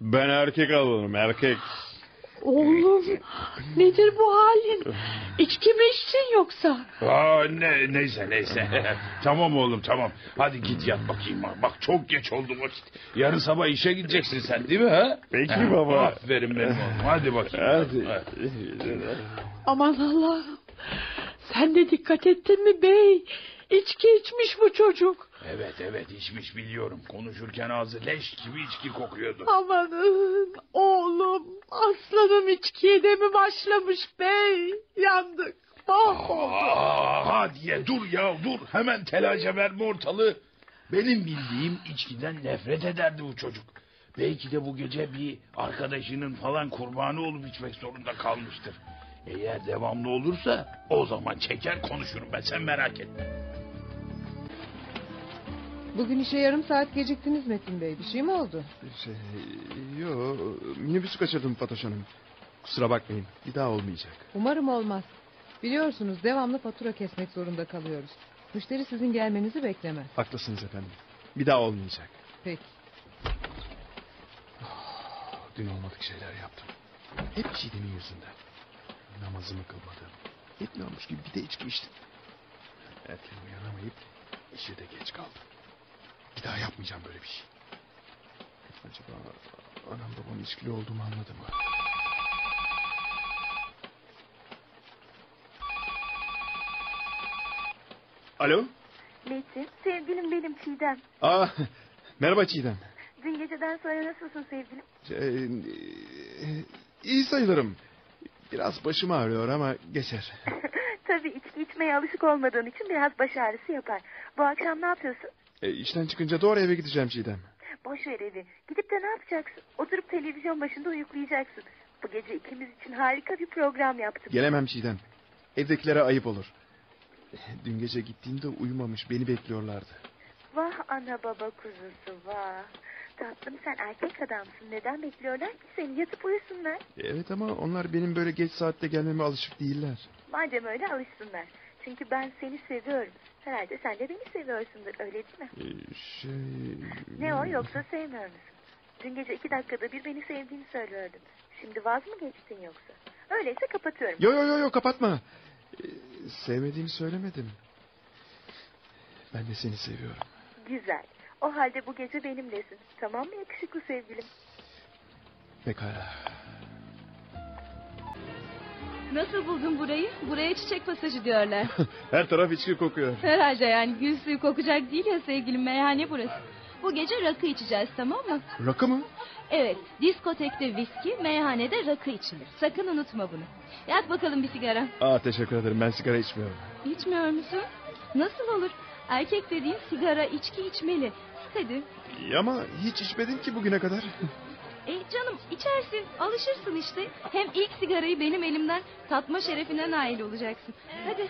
Speaker 4: Ben erkek avlanırım erkek.
Speaker 2: Oğlum nedir bu halin? İçki mi içtin yoksa?
Speaker 3: Aa, ne, neyse
Speaker 4: <laughs>
Speaker 3: neyse. tamam oğlum tamam. Hadi git yat bakayım. Bak çok geç oldu vakit. Yarın sabah işe gideceksin sen değil mi? Ha?
Speaker 4: Peki
Speaker 3: Ha,
Speaker 4: baba.
Speaker 3: Aferin benim oğlum. Hadi bakayım. Ha.
Speaker 4: Hadi.
Speaker 2: Aman Allah'ım. Sen de dikkat ettin mi bey? İçki içmiş bu çocuk.
Speaker 3: Evet evet içmiş biliyorum. Konuşurken ağzı leş gibi içki <laughs> kokuyordu.
Speaker 2: Amanın oğlum. Aslanım içkiye de mi başlamış bey? Yandık. Oh. Mahvolduk.
Speaker 3: Aa, hadi ya, dur ya dur. Hemen telaşa verme ortalığı. Benim bildiğim içkiden nefret ederdi bu çocuk. Belki de bu gece bir arkadaşının falan kurbanı olup içmek zorunda kalmıştır. Eğer devamlı olursa o zaman çeker konuşurum ben sen merak etme.
Speaker 6: Bugün işe yarım saat geciktiniz Metin Bey. Bir şey mi oldu?
Speaker 4: Şey, yo, minibüsü kaçırdım Fatoş Hanım. Kusura bakmayın, bir daha olmayacak.
Speaker 6: Umarım olmaz. Biliyorsunuz devamlı fatura kesmek zorunda kalıyoruz. Müşteri sizin gelmenizi beklemez.
Speaker 4: Haklısınız efendim, bir daha olmayacak.
Speaker 6: Peki.
Speaker 4: Dün olmadık şeyler yaptım. Hep Çiğdem'in yüzünden. Namazımı kılmadım. Hep namus gibi bir de içki içtim. Erken uyanamayıp işe de geç kaldım. Bir daha yapmayacağım böyle bir şey. Acaba anam babam içkili olduğumu anladı mı? Alo?
Speaker 1: Metin, sevgilim benim Çiğdem.
Speaker 4: Aa, merhaba Çiğdem.
Speaker 1: Dün geceden sonra nasılsın sevgilim? <laughs>
Speaker 4: Şey, e, iyi sayılırım. Biraz başım ağrıyor ama geçer.
Speaker 1: Tabii içki içmeye alışık olmadığın için biraz baş ağrısı yapar. Bu akşam ne yapıyorsun?
Speaker 4: E, işten çıkınca doğru eve gideceğim Çiğdem.
Speaker 1: Boş ver evi. Gidip de ne yapacaksın? Oturup televizyon başında uyuklayacaksın. Bu gece ikimiz için harika bir program yaptım.
Speaker 4: Gelemem Çiğdem. Evdekilere ayıp olur. Dün gece gittiğimde uyumamış beni bekliyorlardı.
Speaker 1: Vah ana baba kuzusu vah. Tatlım sen erkek adamsın. Neden bekliyorlar ki seni? Yatıp uyusunlar.
Speaker 4: Evet ama onlar benim böyle geç saatte gelmeme alışık değiller.
Speaker 1: Madem öyle alışsınlar. Çünkü ben seni seviyorum. Herhalde sen de beni seviyorsundur öyle değil mi?
Speaker 4: E, şey...
Speaker 1: Ne o yoksa sevmiyor musun? Dün gece iki dakikada bir beni sevdiğini söylüyordun. Şimdi vaz mı geçtin yoksa? Öyleyse kapatıyorum.
Speaker 4: Yo yo yo yo kapatma. E, sevmediğimi söylemedim. Ben de seni seviyorum.
Speaker 1: Güzel. O halde bu gece benimlesin. Tamam mı yakışıklı sevgilim?
Speaker 4: Pekala.
Speaker 5: Nasıl buldun burayı? Buraya çiçek pasajı diyorlar.
Speaker 4: Her taraf içki kokuyor.
Speaker 5: Herhalde yani gül suyu kokacak değil ya sevgilim meyhane burası. Bu gece rakı içeceğiz tamam mı?
Speaker 4: Rakı mı?
Speaker 5: Evet diskotekte viski meyhanede rakı içilir. Sakın unutma bunu. Yak bakalım bir sigara.
Speaker 4: Aa teşekkür ederim ben sigara içmiyorum.
Speaker 5: İçmiyor musun? Nasıl olur? Erkek dediğin sigara içki içmeli. Hadi.
Speaker 4: İyi ama hiç içmedim ki bugüne kadar.
Speaker 5: E canım içersin alışırsın işte. Hem ilk sigarayı benim elimden tatma şerefine nail olacaksın. Hadi.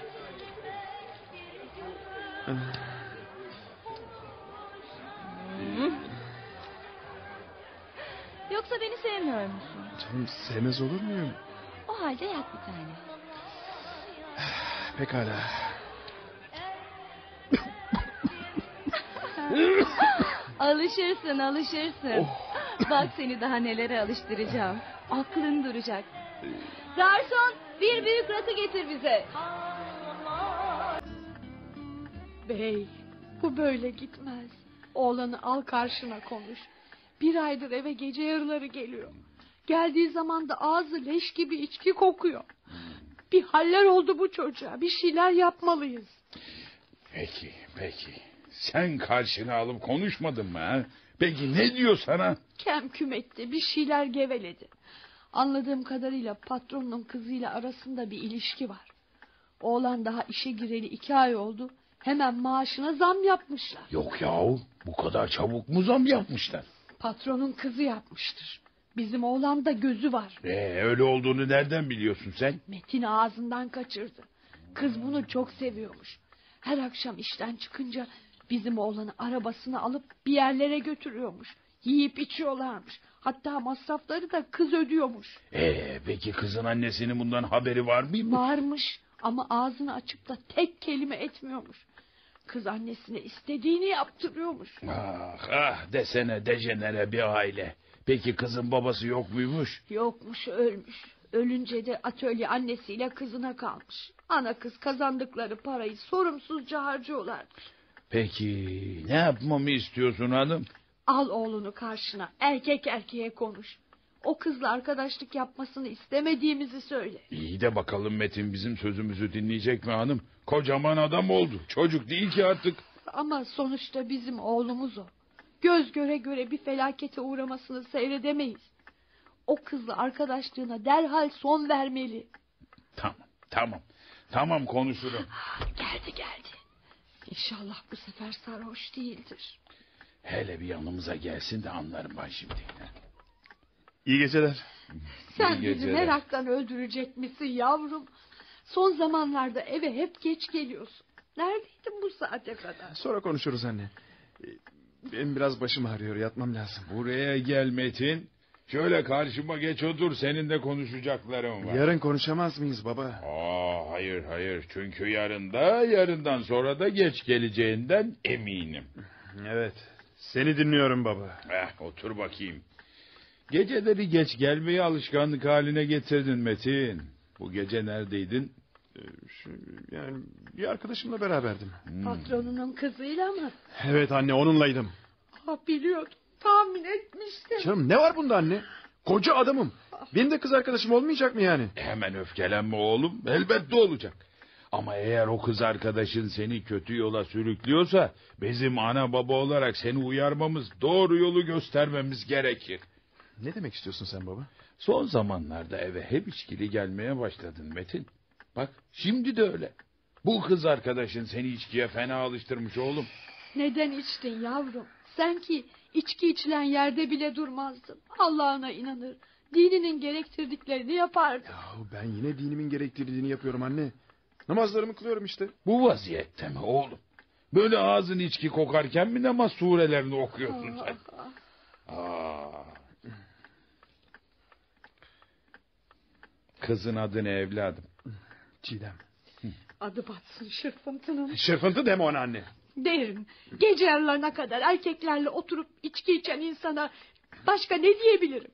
Speaker 5: Hmm. Yoksa beni sevmiyor musun?
Speaker 4: <laughs> Canım sevmez olur muyum?
Speaker 5: O halde yak bir tane.
Speaker 4: Pekala.
Speaker 5: Alışırsın alışırsın. <laughs> Bak seni daha nelere alıştıracağım. Aklın duracak. Garson bir büyük rakı getir bize.
Speaker 2: Bey, bu böyle gitmez. Oğlanı al karşına konuş. Bir aydır eve gece yarıları geliyor. Geldiği zaman da ağzı leş gibi içki kokuyor. Bir haller oldu bu çocuğa. Bir şeyler yapmalıyız.
Speaker 3: Peki peki sen karşına alıp konuşmadın mı ha? Peki ne diyor sana?
Speaker 2: Kem küm etti, bir şeyler geveledi. Anladığım kadarıyla patronun kızıyla arasında bir ilişki var. Oğlan daha işe gireli iki ay oldu. Hemen maaşına zam yapmışlar.
Speaker 3: Yok yahu bu kadar çabuk mu zam yapmışlar?
Speaker 2: Patronun kızı yapmıştır. Bizim oğlan da gözü var.
Speaker 3: Ee, öyle olduğunu nereden biliyorsun sen?
Speaker 2: Metin ağzından kaçırdı. Kız bunu çok seviyormuş. Her akşam işten çıkınca bizim oğlanı arabasına alıp bir yerlere götürüyormuş. Yiyip içiyorlarmış. Hatta masrafları da kız ödüyormuş.
Speaker 3: Ee, peki kızın annesinin bundan haberi var mıymış?
Speaker 2: Varmış ama ağzını açıp da tek kelime etmiyormuş. Kız annesine istediğini yaptırıyormuş.
Speaker 3: Ah ah desene dejenere bir aile. Peki kızın babası yok muymuş?
Speaker 2: Yokmuş ölmüş. Ölünce de atölye annesiyle kızına kalmış. Ana kız kazandıkları parayı sorumsuzca harcıyorlardı.
Speaker 3: Peki ne yapmamı istiyorsun hanım?
Speaker 2: Al oğlunu karşına erkek erkeğe konuş. O kızla arkadaşlık yapmasını istemediğimizi söyle.
Speaker 3: İyi de bakalım Metin bizim sözümüzü dinleyecek mi hanım? Kocaman adam oldu. Çocuk değil ki artık.
Speaker 2: Ama sonuçta bizim oğlumuz o. Göz göre göre bir felakete uğramasını seyredemeyiz. O kızla arkadaşlığına derhal son vermeli.
Speaker 3: Tamam tamam. Tamam konuşurum.
Speaker 2: Geldi geldi. İnşallah bu sefer sarhoş değildir.
Speaker 3: Hele bir yanımıza gelsin de anlarım ben şimdi.
Speaker 4: İyi geceler.
Speaker 2: Sen
Speaker 3: İyi
Speaker 2: bizi
Speaker 3: geceler.
Speaker 2: meraktan öldürecek misin yavrum? Son zamanlarda eve hep geç geliyorsun. Neredeydin bu saate kadar?
Speaker 4: Sonra konuşuruz anne. Ee, Benim biraz başım ağrıyor yatmam lazım.
Speaker 3: Buraya gel Metin. Şöyle karşıma geç otur seninle konuşacaklarım var.
Speaker 4: Yarın konuşamaz mıyız baba?
Speaker 3: Aa, hayır hayır çünkü yarın da yarından sonra da geç geleceğinden eminim.
Speaker 4: Evet. Seni dinliyorum baba.
Speaker 3: Heh, otur bakayım. Geceleri geç gelmeyi alışkanlık haline getirdin Metin. Bu gece neredeydin?
Speaker 4: Ee, şu- Yani bir arkadaşımla beraberdim.
Speaker 3: Hmm.
Speaker 2: Patronunun kızıyla mı?
Speaker 4: Evet anne onunlaydım.
Speaker 2: Ah biliyordum. Tahmin etmiştim.
Speaker 4: Canım ne var bunda anne? Koca adamım. Benim de kız arkadaşım olmayacak mı yani?
Speaker 3: Hemen öfkelenme oğlum. Elbette olacak. Ama eğer o kız arkadaşın seni kötü yola sürüklüyorsa bizim ana baba olarak seni uyarmamız, doğru yolu göstermemiz gerekir.
Speaker 4: Ne demek istiyorsun sen baba?
Speaker 3: Son zamanlarda eve hep içkili gelmeye başladın Metin. Bak şimdi de öyle. Bu kız arkadaşın seni içkiye fena alıştırmış oğlum.
Speaker 2: Neden içtin yavrum? Sen ki içki içilen yerde bile durmazdın. Allah'ına inanır. Dininin gerektirdiklerini yapardın.
Speaker 4: Yahu ben yine dinimin gerektirdiğini yapıyorum anne. Namazlarımı kılıyorum işte.
Speaker 3: Bu vaziyette mi oğlum? Böyle ağzın içki kokarken mi namaz surelerini okuyorsun sen? Aa. Kızın adı ne evladım?
Speaker 4: Çiğdem.
Speaker 2: Adı batsın şırfıntının.
Speaker 4: Şırfıntı deme ona anne.
Speaker 2: Derim. Gece yarılarına kadar erkeklerle oturup içki içen insana başka ne diyebilirim?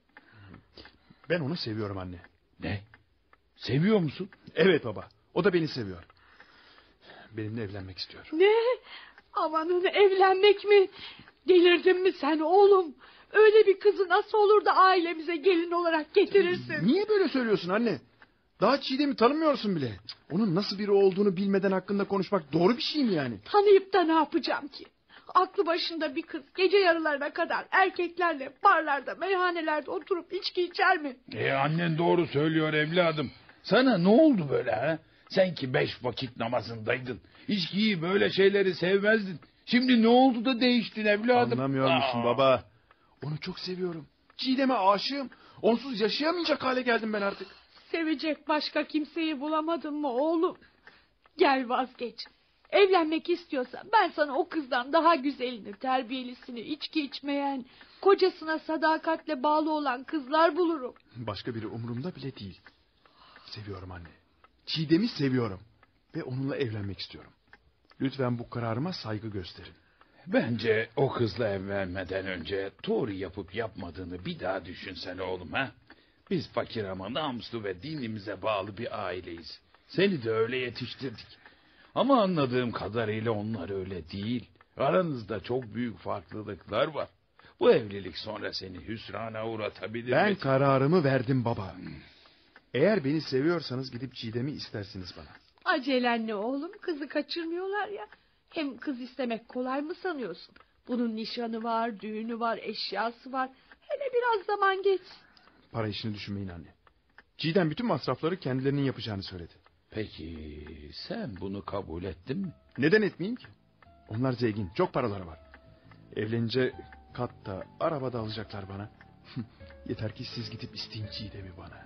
Speaker 4: Ben onu seviyorum anne.
Speaker 3: Ne? Seviyor musun?
Speaker 4: Evet baba. O da beni seviyor. Benimle evlenmek istiyor.
Speaker 2: Ne? Amanın evlenmek mi? Delirdin mi sen oğlum? Öyle bir kızı nasıl olur da ailemize gelin olarak getirirsin?
Speaker 4: Niye böyle söylüyorsun anne? Daha Çiğdem'i tanımıyorsun bile. Onun nasıl biri olduğunu bilmeden hakkında konuşmak doğru bir şey mi yani?
Speaker 2: Tanıyıp da ne yapacağım ki? Aklı başında bir kız gece yarılarına kadar erkeklerle barlarda, meyhanelerde oturup içki içer mi?
Speaker 3: E annen doğru söylüyor evladım. Sana ne oldu böyle ha? Sen ki beş vakit namazındaydın. İçkiyi böyle şeyleri sevmezdin. Şimdi ne oldu da değiştin evladım?
Speaker 4: Anlamıyor musun
Speaker 3: Aa.
Speaker 4: baba? Onu çok seviyorum. Çiğdem'e aşığım. Onsuz yaşayamayacak hale geldim ben artık.
Speaker 2: Sevecek başka kimseyi bulamadın mı oğlum? Gel vazgeç. Evlenmek istiyorsan ben sana o kızdan daha güzelini, terbiyelisini, içki içmeyen, kocasına sadakatle bağlı olan kızlar bulurum.
Speaker 4: Başka biri umurumda bile değil. Seviyorum anne. Çiğdem'i seviyorum. Ve onunla evlenmek istiyorum. Lütfen bu kararıma saygı gösterin.
Speaker 3: Bence o kızla evlenmeden önce doğru yapıp yapmadığını bir daha düşünsene oğlum ha. Biz fakir ama namuslu ve dinimize bağlı bir aileyiz. Seni de öyle yetiştirdik. Ama anladığım kadarıyla onlar öyle değil. Aranızda çok büyük farklılıklar var. Bu evlilik sonra seni hüsrana uğratabilir.
Speaker 4: Ben
Speaker 3: Metin.
Speaker 4: kararımı verdim baba. Eğer beni seviyorsanız gidip Çiğdem'i istersiniz bana.
Speaker 2: Acelen ne oğlum? Kızı kaçırmıyorlar ya. Hem kız istemek kolay mı sanıyorsun? Bunun nişanı var, düğünü var, eşyası var. Hele biraz zaman geç.
Speaker 4: Para işini düşünmeyin anne. Çiğdem bütün masrafları kendilerinin yapacağını söyledi.
Speaker 3: Peki sen bunu kabul ettin mi?
Speaker 4: Neden etmeyeyim ki? Onlar zengin, çok paraları var. Evlenince katta, arabada alacaklar bana. <laughs> Yeter ki siz gidip isteyin Çiğdem'i bana.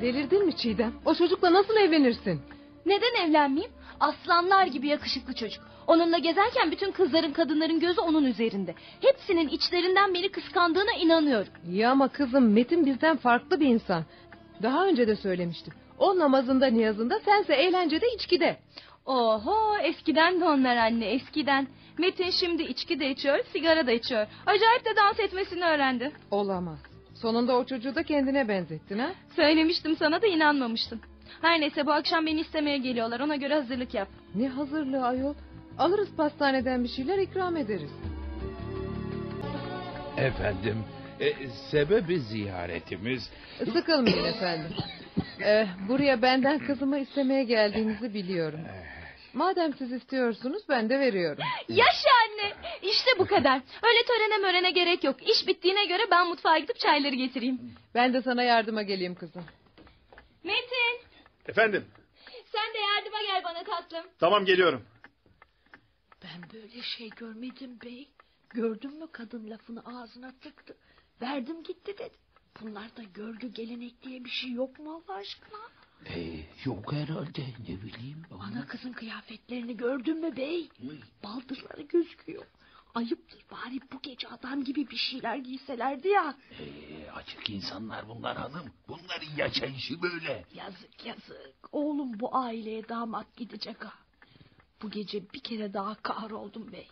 Speaker 6: Delirdin mi Çiğdem? O çocukla nasıl evlenirsin?
Speaker 5: Neden evlenmeyeyim? Aslanlar gibi yakışıklı çocuk. Onunla gezerken bütün kızların kadınların gözü onun üzerinde. Hepsinin içlerinden beni kıskandığına inanıyorum.
Speaker 6: Ya ama kızım Metin bizden farklı bir insan. Daha önce de söylemiştim. O namazında niyazında sense eğlencede içkide.
Speaker 5: Oho eskiden de onlar anne eskiden. Metin şimdi içki de içiyor sigara da içiyor. Acayip de dans etmesini öğrendi.
Speaker 6: Olamaz. Sonunda o çocuğu da kendine benzettin ha?
Speaker 5: Söylemiştim sana da inanmamıştın. Her neyse bu akşam beni istemeye geliyorlar ona göre hazırlık yap.
Speaker 6: Ne hazırlığı ayol. Alırız pastaneden bir şeyler ikram ederiz.
Speaker 3: Efendim, e, sebebi ziyaretimiz
Speaker 6: Sıkılmayın efendim. Eh, buraya benden kızımı istemeye geldiğinizi biliyorum. Madem siz istiyorsunuz ben de veriyorum.
Speaker 5: Yaşa anne işte bu kadar. Öyle törene mörene gerek yok. İş bittiğine göre ben mutfağa gidip çayları getireyim.
Speaker 6: Ben de sana yardıma geleyim kızım.
Speaker 5: Metin
Speaker 4: Efendim,
Speaker 5: sen de yardıma gel bana tatlım.
Speaker 4: tamam geliyorum.
Speaker 2: Ben böyle şey görmedim bey. Gördün mü kadın lafını ağzına tıktı. Verdim gitti dedi. Bunlarda görgü gelenek diye bir şey yok mu Allah aşkına?
Speaker 7: Ee, yok herhalde ne bileyim.
Speaker 2: Ana kızın kıyafetlerini gördün mü bey? Baldırları gözüküyor. Ayıptır bari bu gece adam gibi bir şeyler giyselerdi ya.
Speaker 7: Ee, açık insanlar bunlar hanım. Bunların yaşayışı böyle.
Speaker 2: Yazık yazık. Oğlum bu aileye damat gidecek ha. Bu gece bir kere daha kahroldum bey.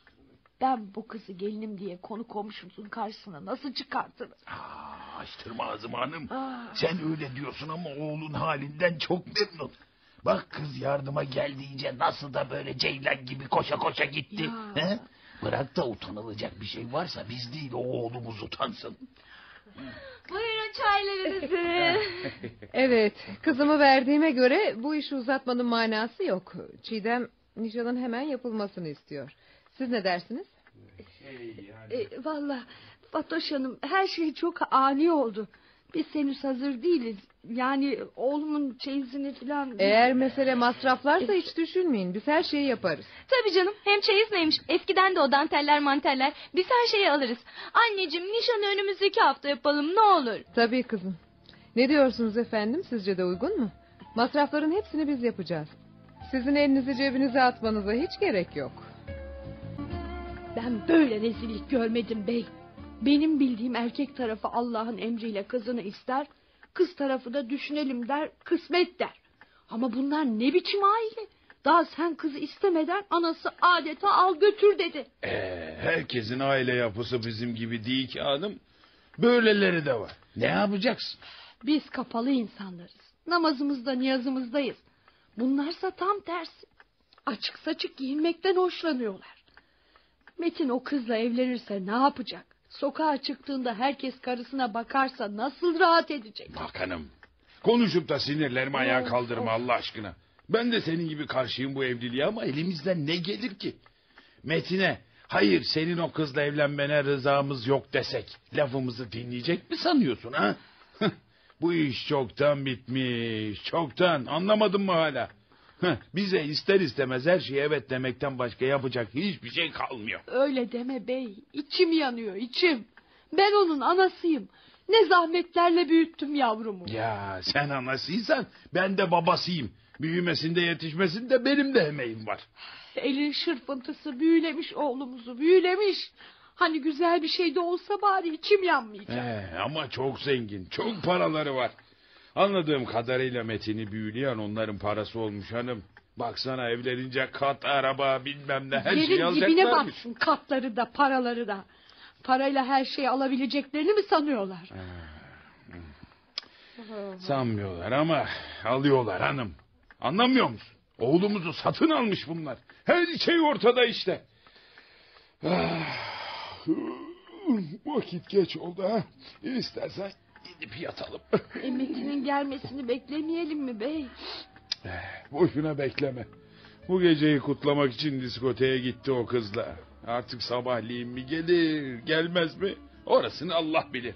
Speaker 2: Ben bu kızı gelinim diye konu komşumuzun karşısına nasıl çıkartırım?
Speaker 7: Aa, açtırma ağzımı hanım.
Speaker 2: Ah,
Speaker 7: Sen öyle diyorsun ama oğlun halinden çok memnun. Bak kız yardıma geldiğince nasıl da böyle ceylan gibi koşa koşa gitti.
Speaker 2: Ya.
Speaker 7: He? Bırak da utanılacak bir şey varsa biz değil o oğlumuz utansın.
Speaker 5: Buyurun çaylarınızı.
Speaker 6: Evet, kızımı verdiğime göre bu işi uzatmanın manası yok. Çiğdem nişanın hemen yapılmasını istiyor. Siz ne dersiniz?
Speaker 2: e, Valla Fatoş Hanım her şey çok ani oldu. Biz henüz hazır değiliz. Yani oğlumun çeyizini falan...
Speaker 5: E,
Speaker 6: Eğer mesele masraflarsa hiç düşünmeyin. Biz her şeyi yaparız.
Speaker 5: Tabii canım hem çeyiz neymiş eskiden de o danteller manteller biz her şeyi alırız. Anneciğim nişanı önümüzdeki hafta yapalım ne olur.
Speaker 6: Tabii kızım. Ne diyorsunuz efendim? Sizce de uygun mu? Masrafların hepsini biz yapacağız. Sizin elinizi cebinize atmanıza hiç gerek yok.
Speaker 2: Ben böyle rezillik görmedim bey. Benim bildiğim erkek tarafı Allah'ın emriyle kızını ister, kız tarafı da düşünelim der, kısmet der. Ama bunlar ne biçim aile? Daha sen kızı istemeden anası adeta al götür dedi.
Speaker 3: Ee, herkesin aile yapısı bizim gibi değil ki hanım. Böyleleri de var. Ne yapacaksın?
Speaker 2: Biz kapalı insanlarız. Namazımızda niyazımızdayız. Bunlarsa tam tersi. Açık saçık giyinmekten hoşlanıyorlar. Metin o kızla evlenirse ne yapacak? Sokağa çıktığında herkes karısına bakarsa nasıl rahat edecek?
Speaker 3: Bak hanım. Konuşup da sinirlerimi ayağa kaldırma Allah aşkına. Ben de senin gibi karşıyım bu evliliğe ama elimizden ne gelir ki? Metin'e hayır senin o kızla evlenmene rızamız yok desek lafımızı dinleyecek mi sanıyorsun ha? Hıh, bu iş çoktan bitmiş. Çoktan anlamadın mı hala? Hıh, Bize ister istemez her şeye evet demekten başka yapacak hiçbir şey kalmıyor.
Speaker 2: Öyle deme bey. İçim yanıyor içim. Ben onun anasıyım. Ne zahmetlerle büyüttüm yavrumu.
Speaker 3: Ya sen anasıysan ben de babasıyım. Büyümesinde yetişmesinde benim de emeğim var.
Speaker 2: Elin şırfıntısı büyülemiş oğlumuzu büyülemiş. Hani güzel bir şey de olsa bari içim yanmayacak.
Speaker 3: Ee, ama çok zengin, çok paraları var. Anladığım kadarıyla Metin'i büyüleyen onların parası olmuş hanım. Baksana evlenince kat, araba bilmem ne her şeyi
Speaker 2: Yerin dibine
Speaker 3: alacaklarmış.
Speaker 2: baksın katları da paraları da. Parayla her şeyi alabileceklerini mi sanıyorlar?
Speaker 3: Sanmıyorlar ama alıyorlar hanım. Anlamıyor musun? Oğlumuzu satın almış bunlar. Her şey ortada işte. Ah, Vakit geç oldu ha. İstersen gidip yatalım.
Speaker 2: E, Metin'in gelmesini beklemeyelim mi bey?
Speaker 3: Eh, Boşuna bekleme. Bu geceyi kutlamak için diskoteye gitti o kızla. Artık sabahleyin mi gelir, gelmez mi? Orasını Allah bilir.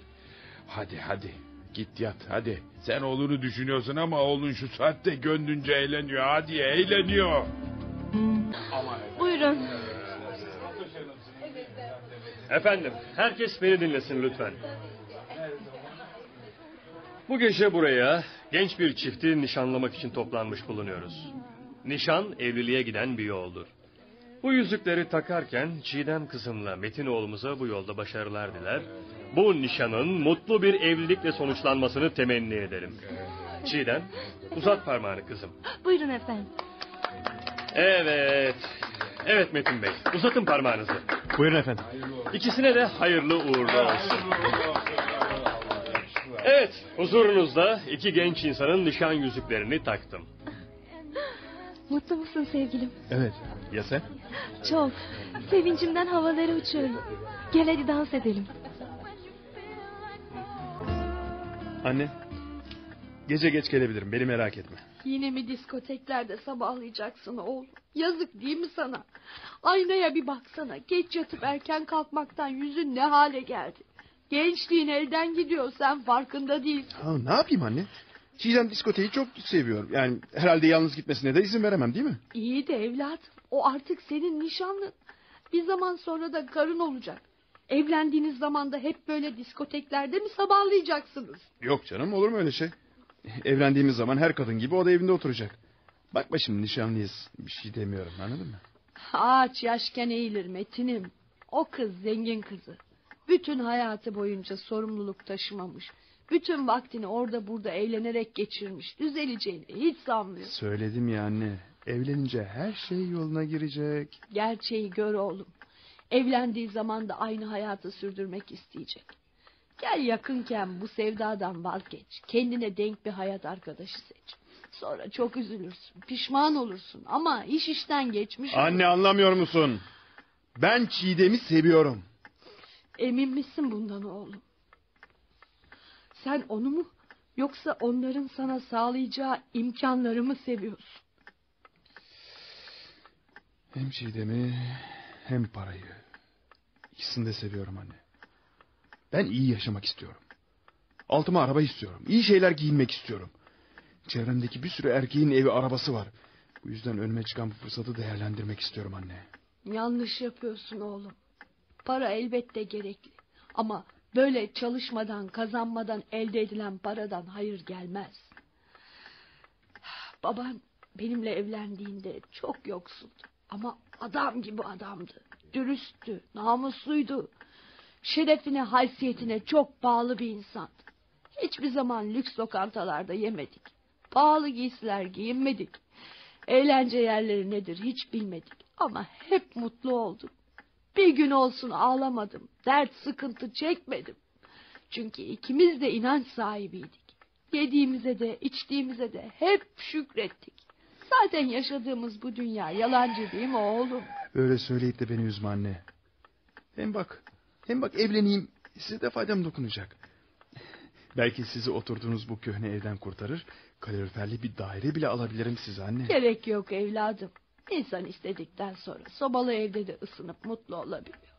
Speaker 3: Hadi hadi git yat hadi. Sen oğlunu düşünüyorsun ama oğlun şu saatte gönlünce eğleniyor. Hadi eğleniyor.
Speaker 5: Buyurun.
Speaker 8: Efendim, herkes beni dinlesin lütfen. Bu gece buraya genç bir çifti nişanlamak için toplanmış bulunuyoruz. Nişan evliliğe giden bir yoldur. Bu yüzükleri takarken Çiğdem kızımla Metin oğlumuza bu yolda başarılar diler. Bu nişanın mutlu bir evlilikle sonuçlanmasını temenni ederim. Çiğdem, uzat parmağını kızım.
Speaker 5: Buyurun efendim.
Speaker 8: Evet. Evet Metin Bey, uzatın parmağınızı.
Speaker 4: Buyurun efendim.
Speaker 8: İkisine de hayırlı uğurlu olsun. Evet, huzurunuzda iki genç insanın nişan yüzüklerini taktım.
Speaker 5: Mutlu musun sevgilim?
Speaker 4: Evet. Ya sen?
Speaker 5: Çok. Sevincimden havalara uçuyorum. Gel hadi dans edelim.
Speaker 4: Anne. Gece geç gelebilirim. Beni merak etme.
Speaker 2: Yine mi diskoteklerde sabahlayacaksın oğlum? Yazık değil mi sana? Aynaya bir baksana. Geç yatıp erken kalkmaktan yüzün ne hale geldi. Gençliğin elden gidiyor sen farkında değilsin.
Speaker 4: Ha, ne yapayım anne? Çiğdem diskoteyi çok seviyor. Yani herhalde yalnız gitmesine de izin veremem değil mi?
Speaker 2: İyi de evlat o artık senin nişanlın. Bir zaman sonra da karın olacak. Evlendiğiniz zaman da hep böyle diskoteklerde mi sabahlayacaksınız?
Speaker 4: Yok canım olur mu öyle şey? Evlendiğimiz zaman her kadın gibi o da evinde oturacak. Bakma şimdi nişanlıyız. Bir şey demiyorum anladın mı?
Speaker 2: Ağaç yaşken eğilir Metin'im. O kız zengin kızı. Bütün hayatı boyunca sorumluluk taşımamış. Bütün vaktini orada burada eğlenerek geçirmiş. Düzeleceğini hiç sanmıyor.
Speaker 4: Söyledim ya anne. Evlenince her şey yoluna girecek.
Speaker 2: Gerçeği gör oğlum. Evlendiği zaman da aynı hayatı sürdürmek isteyecek. Gel yakınken bu sevdadan vazgeç. Kendine denk bir hayat arkadaşı seç. Sonra çok üzülürsün, pişman olursun ama iş işten geçmiş. olur.
Speaker 4: Anne anlamıyor musun? Ben Çiğdem'i seviyorum.
Speaker 2: Emin misin bundan oğlum? Sen onu mu yoksa onların sana sağlayacağı imkanları mı seviyorsun?
Speaker 4: Hem Çiğdem'i hem parayı. İkisini de seviyorum anne. Ben iyi yaşamak istiyorum. Altıma araba istiyorum. İyi şeyler giyinmek istiyorum. Çevremdeki bir sürü erkeğin evi arabası var. Bu yüzden önüme çıkan bu fırsatı değerlendirmek istiyorum anne.
Speaker 2: Yanlış yapıyorsun oğlum. Para elbette gerekli ama böyle çalışmadan kazanmadan elde edilen paradan hayır gelmez. Baban benimle evlendiğinde çok yoksuldu ama adam gibi adamdı. Dürüsttü, namusluydu. Şerefine, haysiyetine çok bağlı bir insandı. Hiçbir zaman lüks lokantalarda yemedik. Pahalı giysiler giyinmedik. Eğlence yerleri nedir hiç bilmedik ama hep mutlu olduk. Bir gün olsun ağlamadım, dert sıkıntı çekmedim. Çünkü ikimiz de inanç sahibiydik. Yediğimize de içtiğimize de hep şükrettik. Zaten yaşadığımız bu dünya yalancı değil mi oğlum?
Speaker 4: Öyle söyleyip de beni üzme anne. Hem bak, hem bak evleneyim. Size de faydam dokunacak. Belki sizi oturduğunuz bu köhne evden kurtarır. Kaloriferli bir daire bile alabilirim size anne.
Speaker 2: Gerek yok evladım. İnsan istedikten sonra sobalı evde de ısınıp mutlu olabiliyor.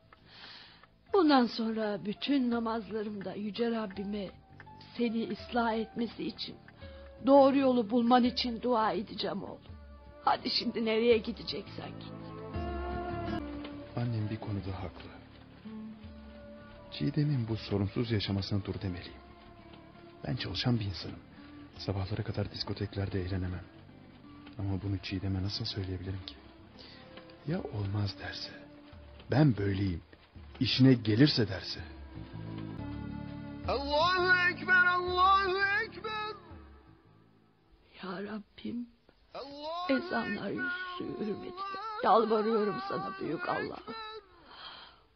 Speaker 2: Bundan sonra bütün namazlarımda Yüce Rabbime seni ıslah etmesi için, doğru yolu bulman için dua edeceğim oğlum. Hadi şimdi nereye gideceksen git.
Speaker 4: Annem bir konuda haklı. Çiğdem'in bu sorumsuz yaşamasına dur demeliyim. Ben çalışan bir insanım. Sabahlara kadar diskoteklerde eğlenemem. Ama bunu Çiğdem'e nasıl söyleyebilirim ki? Ya olmaz derse? Ben böyleyim. İşine gelirse derse?
Speaker 7: Allahu Ekber, Allahu Ekber.
Speaker 2: Ya Rabbim
Speaker 7: Allahu
Speaker 2: ezanlar yüzü hürmetine yalvarıyorum sana büyük Allah'ım.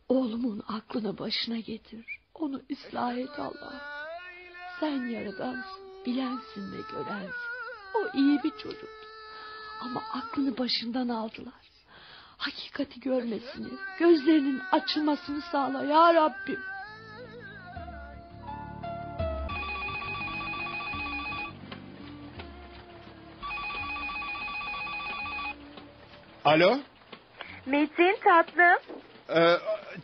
Speaker 2: Oğlumun aklını başına getir. Onu ıslah et Allah'ım. Sen yaradansın, bilensin ve görensin. O iyi bir çocuktu. Ama aklını başından aldılar. Hakikati görmesini, gözlerinin açılmasını sağla ya Rabbim.
Speaker 4: Alo?
Speaker 1: Metin tatlım.
Speaker 4: Ee,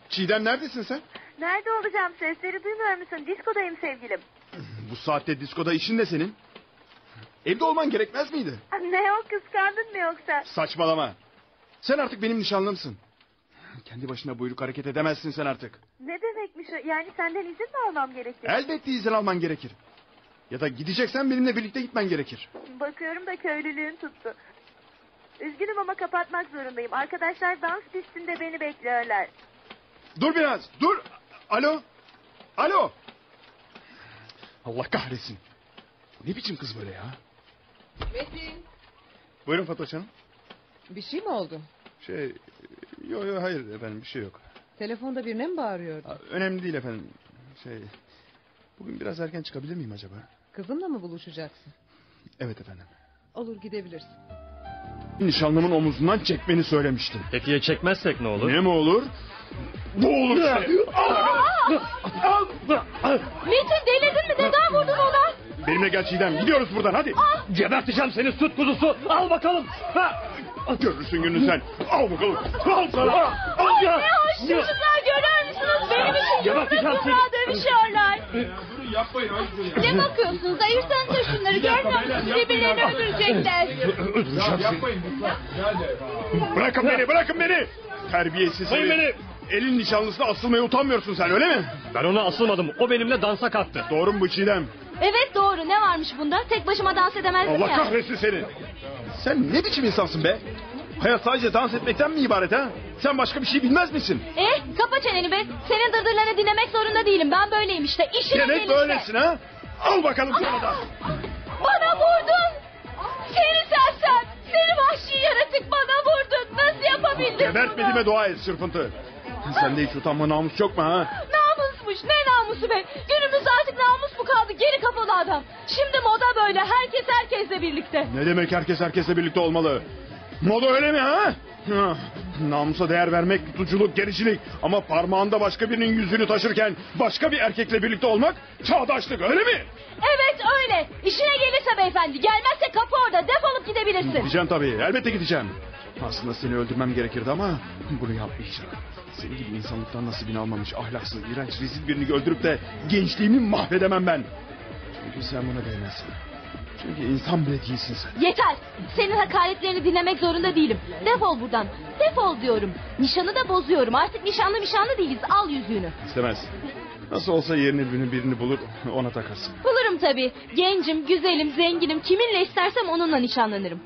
Speaker 4: Çiğdem neredesin sen?
Speaker 1: Nerede olacağım sesleri duymuyor musun? Diskodayım sevgilim. <laughs>
Speaker 4: Bu saatte diskoda işin de senin. Evde olman gerekmez miydi?
Speaker 1: Ne o kıskandın mı yoksa?
Speaker 4: Saçmalama. Sen artık benim nişanlımsın. Kendi başına buyruk hareket edemezsin sen artık.
Speaker 1: Ne demekmiş o? Yani senden izin mi almam gerekiyor?
Speaker 4: Elbette izin alman gerekir. Ya da gideceksen benimle birlikte gitmen gerekir.
Speaker 1: Bakıyorum da köylülüğün tuttu. Üzgünüm ama kapatmak zorundayım. Arkadaşlar dans pistinde beni bekliyorlar.
Speaker 4: Dur biraz, dur. Alo, alo. Allah kahretsin. Bu Ne biçim kız böyle ya?
Speaker 6: Metin.
Speaker 4: Buyurun Fatoş Hanım.
Speaker 6: Bir şey mi oldu?
Speaker 4: Şey, yok yok hayır efendim bir şey yok.
Speaker 6: Telefonda birine mi bağırıyordu?
Speaker 4: Aa, Önemli değil efendim. Şey, bugün biraz erken çıkabilir miyim acaba?
Speaker 6: Kızınla mı buluşacaksın?
Speaker 4: Evet efendim.
Speaker 6: Olur gidebilirsin.
Speaker 4: Nişanlımın omuzundan çekmeni söylemiştim. E
Speaker 8: Peki ya çekmezsek ne olur?
Speaker 4: Ne mi olur? Bu olur işte.
Speaker 5: Metin delirdin mi? Neden vurdun ona?
Speaker 4: Benimle gel Çiğdem. Gidiyoruz buradan hadi.
Speaker 8: Geberteceğim seni süt kuzusu. Al bakalım. Ha!
Speaker 4: Görürsün gününü sen. Al bakalım. Al sana. Al ya.
Speaker 5: Çocuklar görüyor musunuz? Benim için
Speaker 8: Geberteceğim
Speaker 5: yumruk yumruğa dövüşüyorlar. Ne bakıyorsunuz? Ayırsanıza şunları görmüyor musunuz? Birbirlerini öldürecekler.
Speaker 4: Bırakın beni bırakın beni. Terbiyesiz.
Speaker 8: Sayın
Speaker 4: herif.
Speaker 8: beni.
Speaker 4: Elin nişanlısına asılmaya utanmıyorsun sen öyle mi?
Speaker 8: Ben ona asılmadım. O benimle dansa kalktı.
Speaker 4: Doğru mu bu Çiğdem?
Speaker 2: Evet doğru ne varmış bunda? Tek başıma dans edemezdim
Speaker 4: Allah
Speaker 2: ya.
Speaker 4: kahretsin seni.
Speaker 9: Sen ne biçim insansın be? Hayat sadece dans etmekten mi ibaret ha? Sen başka bir şey bilmez misin?
Speaker 2: Eh kapa çeneni be. Senin dırdırlarını dinlemek zorunda değilim. Ben böyleyim işte. İşine gel
Speaker 4: Demek
Speaker 2: işte.
Speaker 4: böylesin ha? Al bakalım sana da.
Speaker 2: Bana vurdun. Seni sersem. Seni vahşi yaratık bana vurdun. Nasıl yapabildin
Speaker 4: Gebertmediğime dua et sırpıntı. Sende hiç utanma namus yok mu ha?
Speaker 2: Namusmuş ne namusu be. Günümüzde artık namus mu kaldı geri kafalı adam. Şimdi moda böyle herkes herkesle birlikte.
Speaker 4: Ne demek herkes herkesle birlikte olmalı? Moda öyle mi ha? Ah, Namusa değer vermek, tutuculuk, gericilik. Ama parmağında başka birinin yüzünü taşırken başka bir erkekle birlikte olmak çağdaşlık öyle mi?
Speaker 2: Evet öyle. İşine gelirse beyefendi gelmezse kapı orada defolup gidebilirsin.
Speaker 4: Gideceğim tabii. Elbette gideceğim. Aslında seni öldürmem gerekirdi ama bunu yapmayacağım. Seni gibi insanlıktan nasibini almamış ahlaksız, iğrenç, rezil birini öldürüp de gençliğimi mahvedemem ben. Çünkü sen buna değmezsin. Çünkü insan bile değilsin sen.
Speaker 2: Yeter. Senin hakaretlerini dinlemek zorunda değilim. Defol buradan. Defol diyorum. Nişanı da bozuyorum. Artık nişanlı nişanlı değiliz. Al yüzüğünü.
Speaker 4: İstemez. Nasıl olsa yerini birini, birini bulur ona takarsın.
Speaker 2: Bulurum tabii. Gencim, güzelim, zenginim. Kiminle istersem onunla nişanlanırım.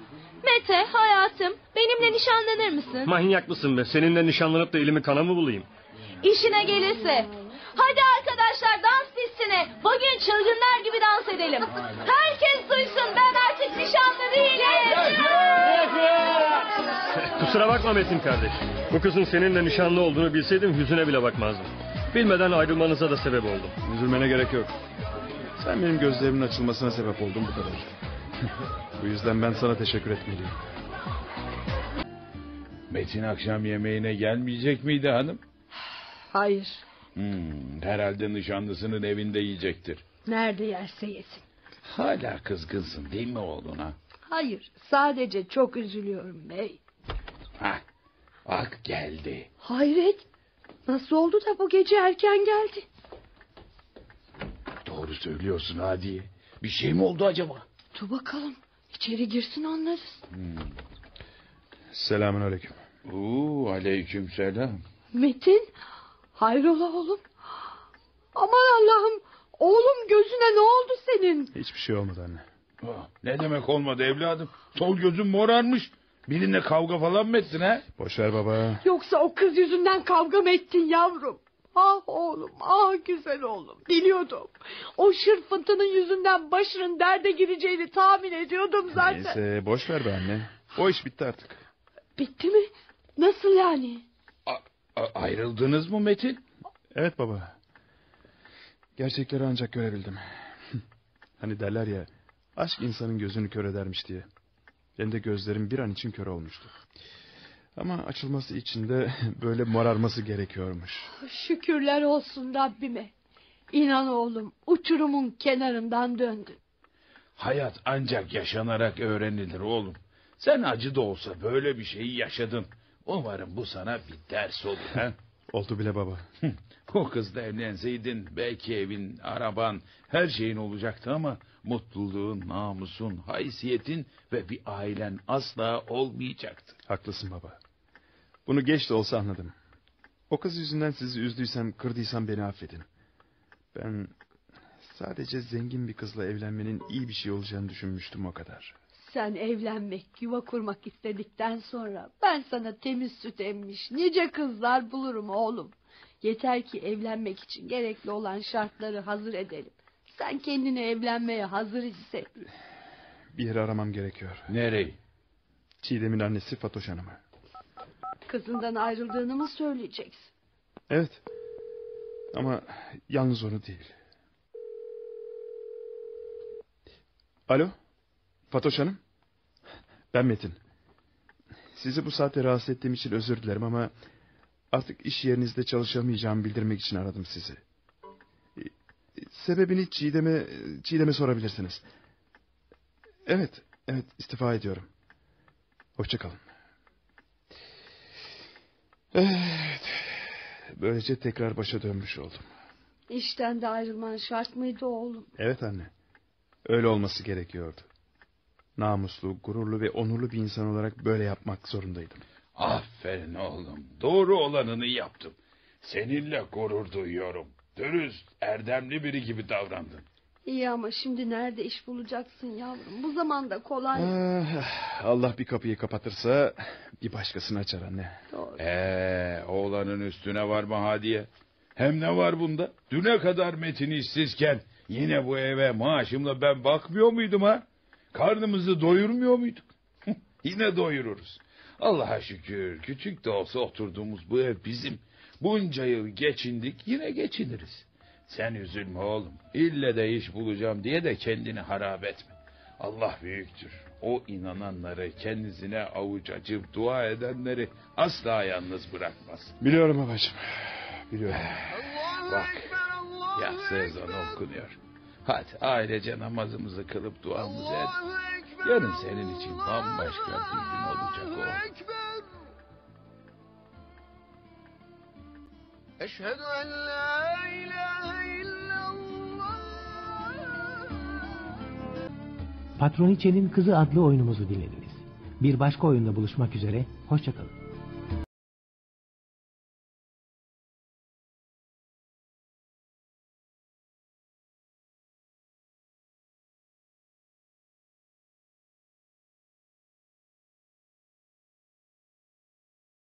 Speaker 2: Mete, hayatım, benimle nişanlanır mısın?
Speaker 8: Manyak mısın be? Seninle nişanlanıp da elimi kana mı bulayım?
Speaker 2: İşine gelirse. Hadi arkadaşlar dans pistine. Bugün çılgınlar gibi dans edelim. Herkes duysun ben artık nişanlı değilim.
Speaker 8: Kusura bakma Metin kardeş. Bu kızın seninle nişanlı olduğunu bilseydim yüzüne bile bakmazdım. Bilmeden ayrılmanıza da sebep oldum.
Speaker 4: Üzülmene gerek yok. Sen benim gözlerimin açılmasına sebep oldun bu kadar. <laughs> bu yüzden ben sana teşekkür etmeliyim.
Speaker 3: Metin akşam yemeğine gelmeyecek miydi hanım?
Speaker 6: Hayır.
Speaker 3: Hmm, herhalde nişanlısının evinde yiyecektir.
Speaker 6: Nerede yerse yesin.
Speaker 3: Hala kızgınsın değil mi oğluna?
Speaker 6: Hayır. Sadece çok üzülüyorum bey.
Speaker 3: Hah, bak geldi.
Speaker 6: Hayret. Nasıl oldu da bu gece erken geldi?
Speaker 3: Doğru söylüyorsun Hadiye. Bir şey mi oldu acaba?
Speaker 6: Dur bakalım. İçeri girsin anlarız.
Speaker 4: Selamün aleyküm.
Speaker 3: Oo, aleyküm selam.
Speaker 6: Metin. Hayrola oğlum. Aman Allah'ım. Oğlum gözüne ne oldu senin?
Speaker 4: Hiçbir şey olmadı anne.
Speaker 3: Ah, Ne demek olmadı evladım? Sol gözün morarmış. Birinle kavga falan mı ettin ha?
Speaker 4: Boşver baba.
Speaker 6: Yoksa o kız yüzünden kavga mı ettin yavrum? Ah oğlum, ah güzel oğlum. Biliyordum. O şırfıntının yüzünden başının derde gireceğini tahmin ediyordum zaten.
Speaker 4: Neyse boş ver be anne. O iş bitti artık.
Speaker 6: Bitti mi? Nasıl yani?
Speaker 3: A- ayrıldınız mı Metin?
Speaker 4: Evet baba. Gerçekleri ancak görebildim. <laughs> hani derler ya aşk insanın gözünü kör edermiş diye. Benim de gözlerim bir an için kör olmuştu. Ama açılması için de <laughs> böyle morarması gerekiyormuş.
Speaker 6: Şükürler olsun Rabbime. İnan oğlum, uçurumun kenarından döndün.
Speaker 3: Hayat ancak yaşanarak öğrenilir oğlum. Sen acı da olsa böyle bir şeyi yaşadın. Umarım bu sana bir ders olur. ha? <laughs>
Speaker 4: Oldu bile baba.
Speaker 3: O kızla evlenseydin belki evin, araban, her şeyin olacaktı ama mutluluğun, namusun, haysiyetin ve bir ailen asla olmayacaktı.
Speaker 4: Haklısın baba. Bunu geç de olsa anladım. O kız yüzünden sizi üzdüysem, kırdıysam beni affedin. Ben sadece zengin bir kızla evlenmenin iyi bir şey olacağını düşünmüştüm o kadar.
Speaker 6: Sen evlenmek, yuva kurmak istedikten sonra ben sana temiz süt emmiş nice kızlar bulurum oğlum. Yeter ki evlenmek için gerekli olan şartları hazır edelim. Sen kendini evlenmeye hazır hisset.
Speaker 4: Bir yere aramam gerekiyor.
Speaker 3: Nereye?
Speaker 4: Çiğdem'in annesi Fatoş Hanım'ı.
Speaker 6: Kızından ayrıldığını mı söyleyeceksin?
Speaker 4: Evet. Ama yalnız onu değil. Alo? Fatoş Hanım? Ben Metin. Sizi bu saatte rahatsız ettiğim için özür dilerim ama... ...artık iş yerinizde çalışamayacağımı bildirmek için aradım sizi. E, Sebebini Çiğdem'e, Çiğdem'e sorabilirsiniz. Evet, evet istifa ediyorum. Hoşçakalın. Evet. Böylece tekrar başa dönmüş oldum.
Speaker 6: İşten de ayrılman şart mıydı oğlum?
Speaker 4: Evet anne. Öyle olması gerekiyordu. Namuslu, gururlu ve onurlu bir insan olarak böyle yapmak zorundaydım.
Speaker 3: Aferin oğlum. Doğru olanını yaptım. Seninle gurur duyuyorum. Dürüst, erdemli biri gibi davrandın.
Speaker 2: İyi ama şimdi nerede iş bulacaksın yavrum? Bu zamanda kolay.
Speaker 4: Ah, Allah bir kapıyı kapatırsa bir başkasını açar anne.
Speaker 2: Doğru.
Speaker 3: Ee, oğlanın üstüne varma Hadiye. Hem ne var bunda? Düne kadar Metin işsizken yine bu eve maaşımla ben bakmıyor muydum ha? Karnımızı doyurmuyor muyduk? <laughs> yine doyururuz. Allah'a şükür küçük de olsa oturduğumuz bu ev bizim. Bunca yıl geçindik yine geçiniriz. Sen üzülme oğlum. İlle de iş bulacağım diye de kendini harap etme. Allah büyüktür. O inananları, kendisine avuç açıp dua edenleri asla yalnız bırakmaz.
Speaker 4: Biliyorum babacığım. Biliyorum.
Speaker 3: Bak, yatsı ezanı okunuyor. Hadi ailece namazımızı kılıp duamızı et. Yarın senin için bambaşka bir gün olacak oğlum.
Speaker 7: Eşhedü en la ilahe illallah.
Speaker 10: Patroniçe'nin Kızı adlı oyunumuzu dinlediniz. Bir başka oyunda buluşmak üzere, hoşçakalın.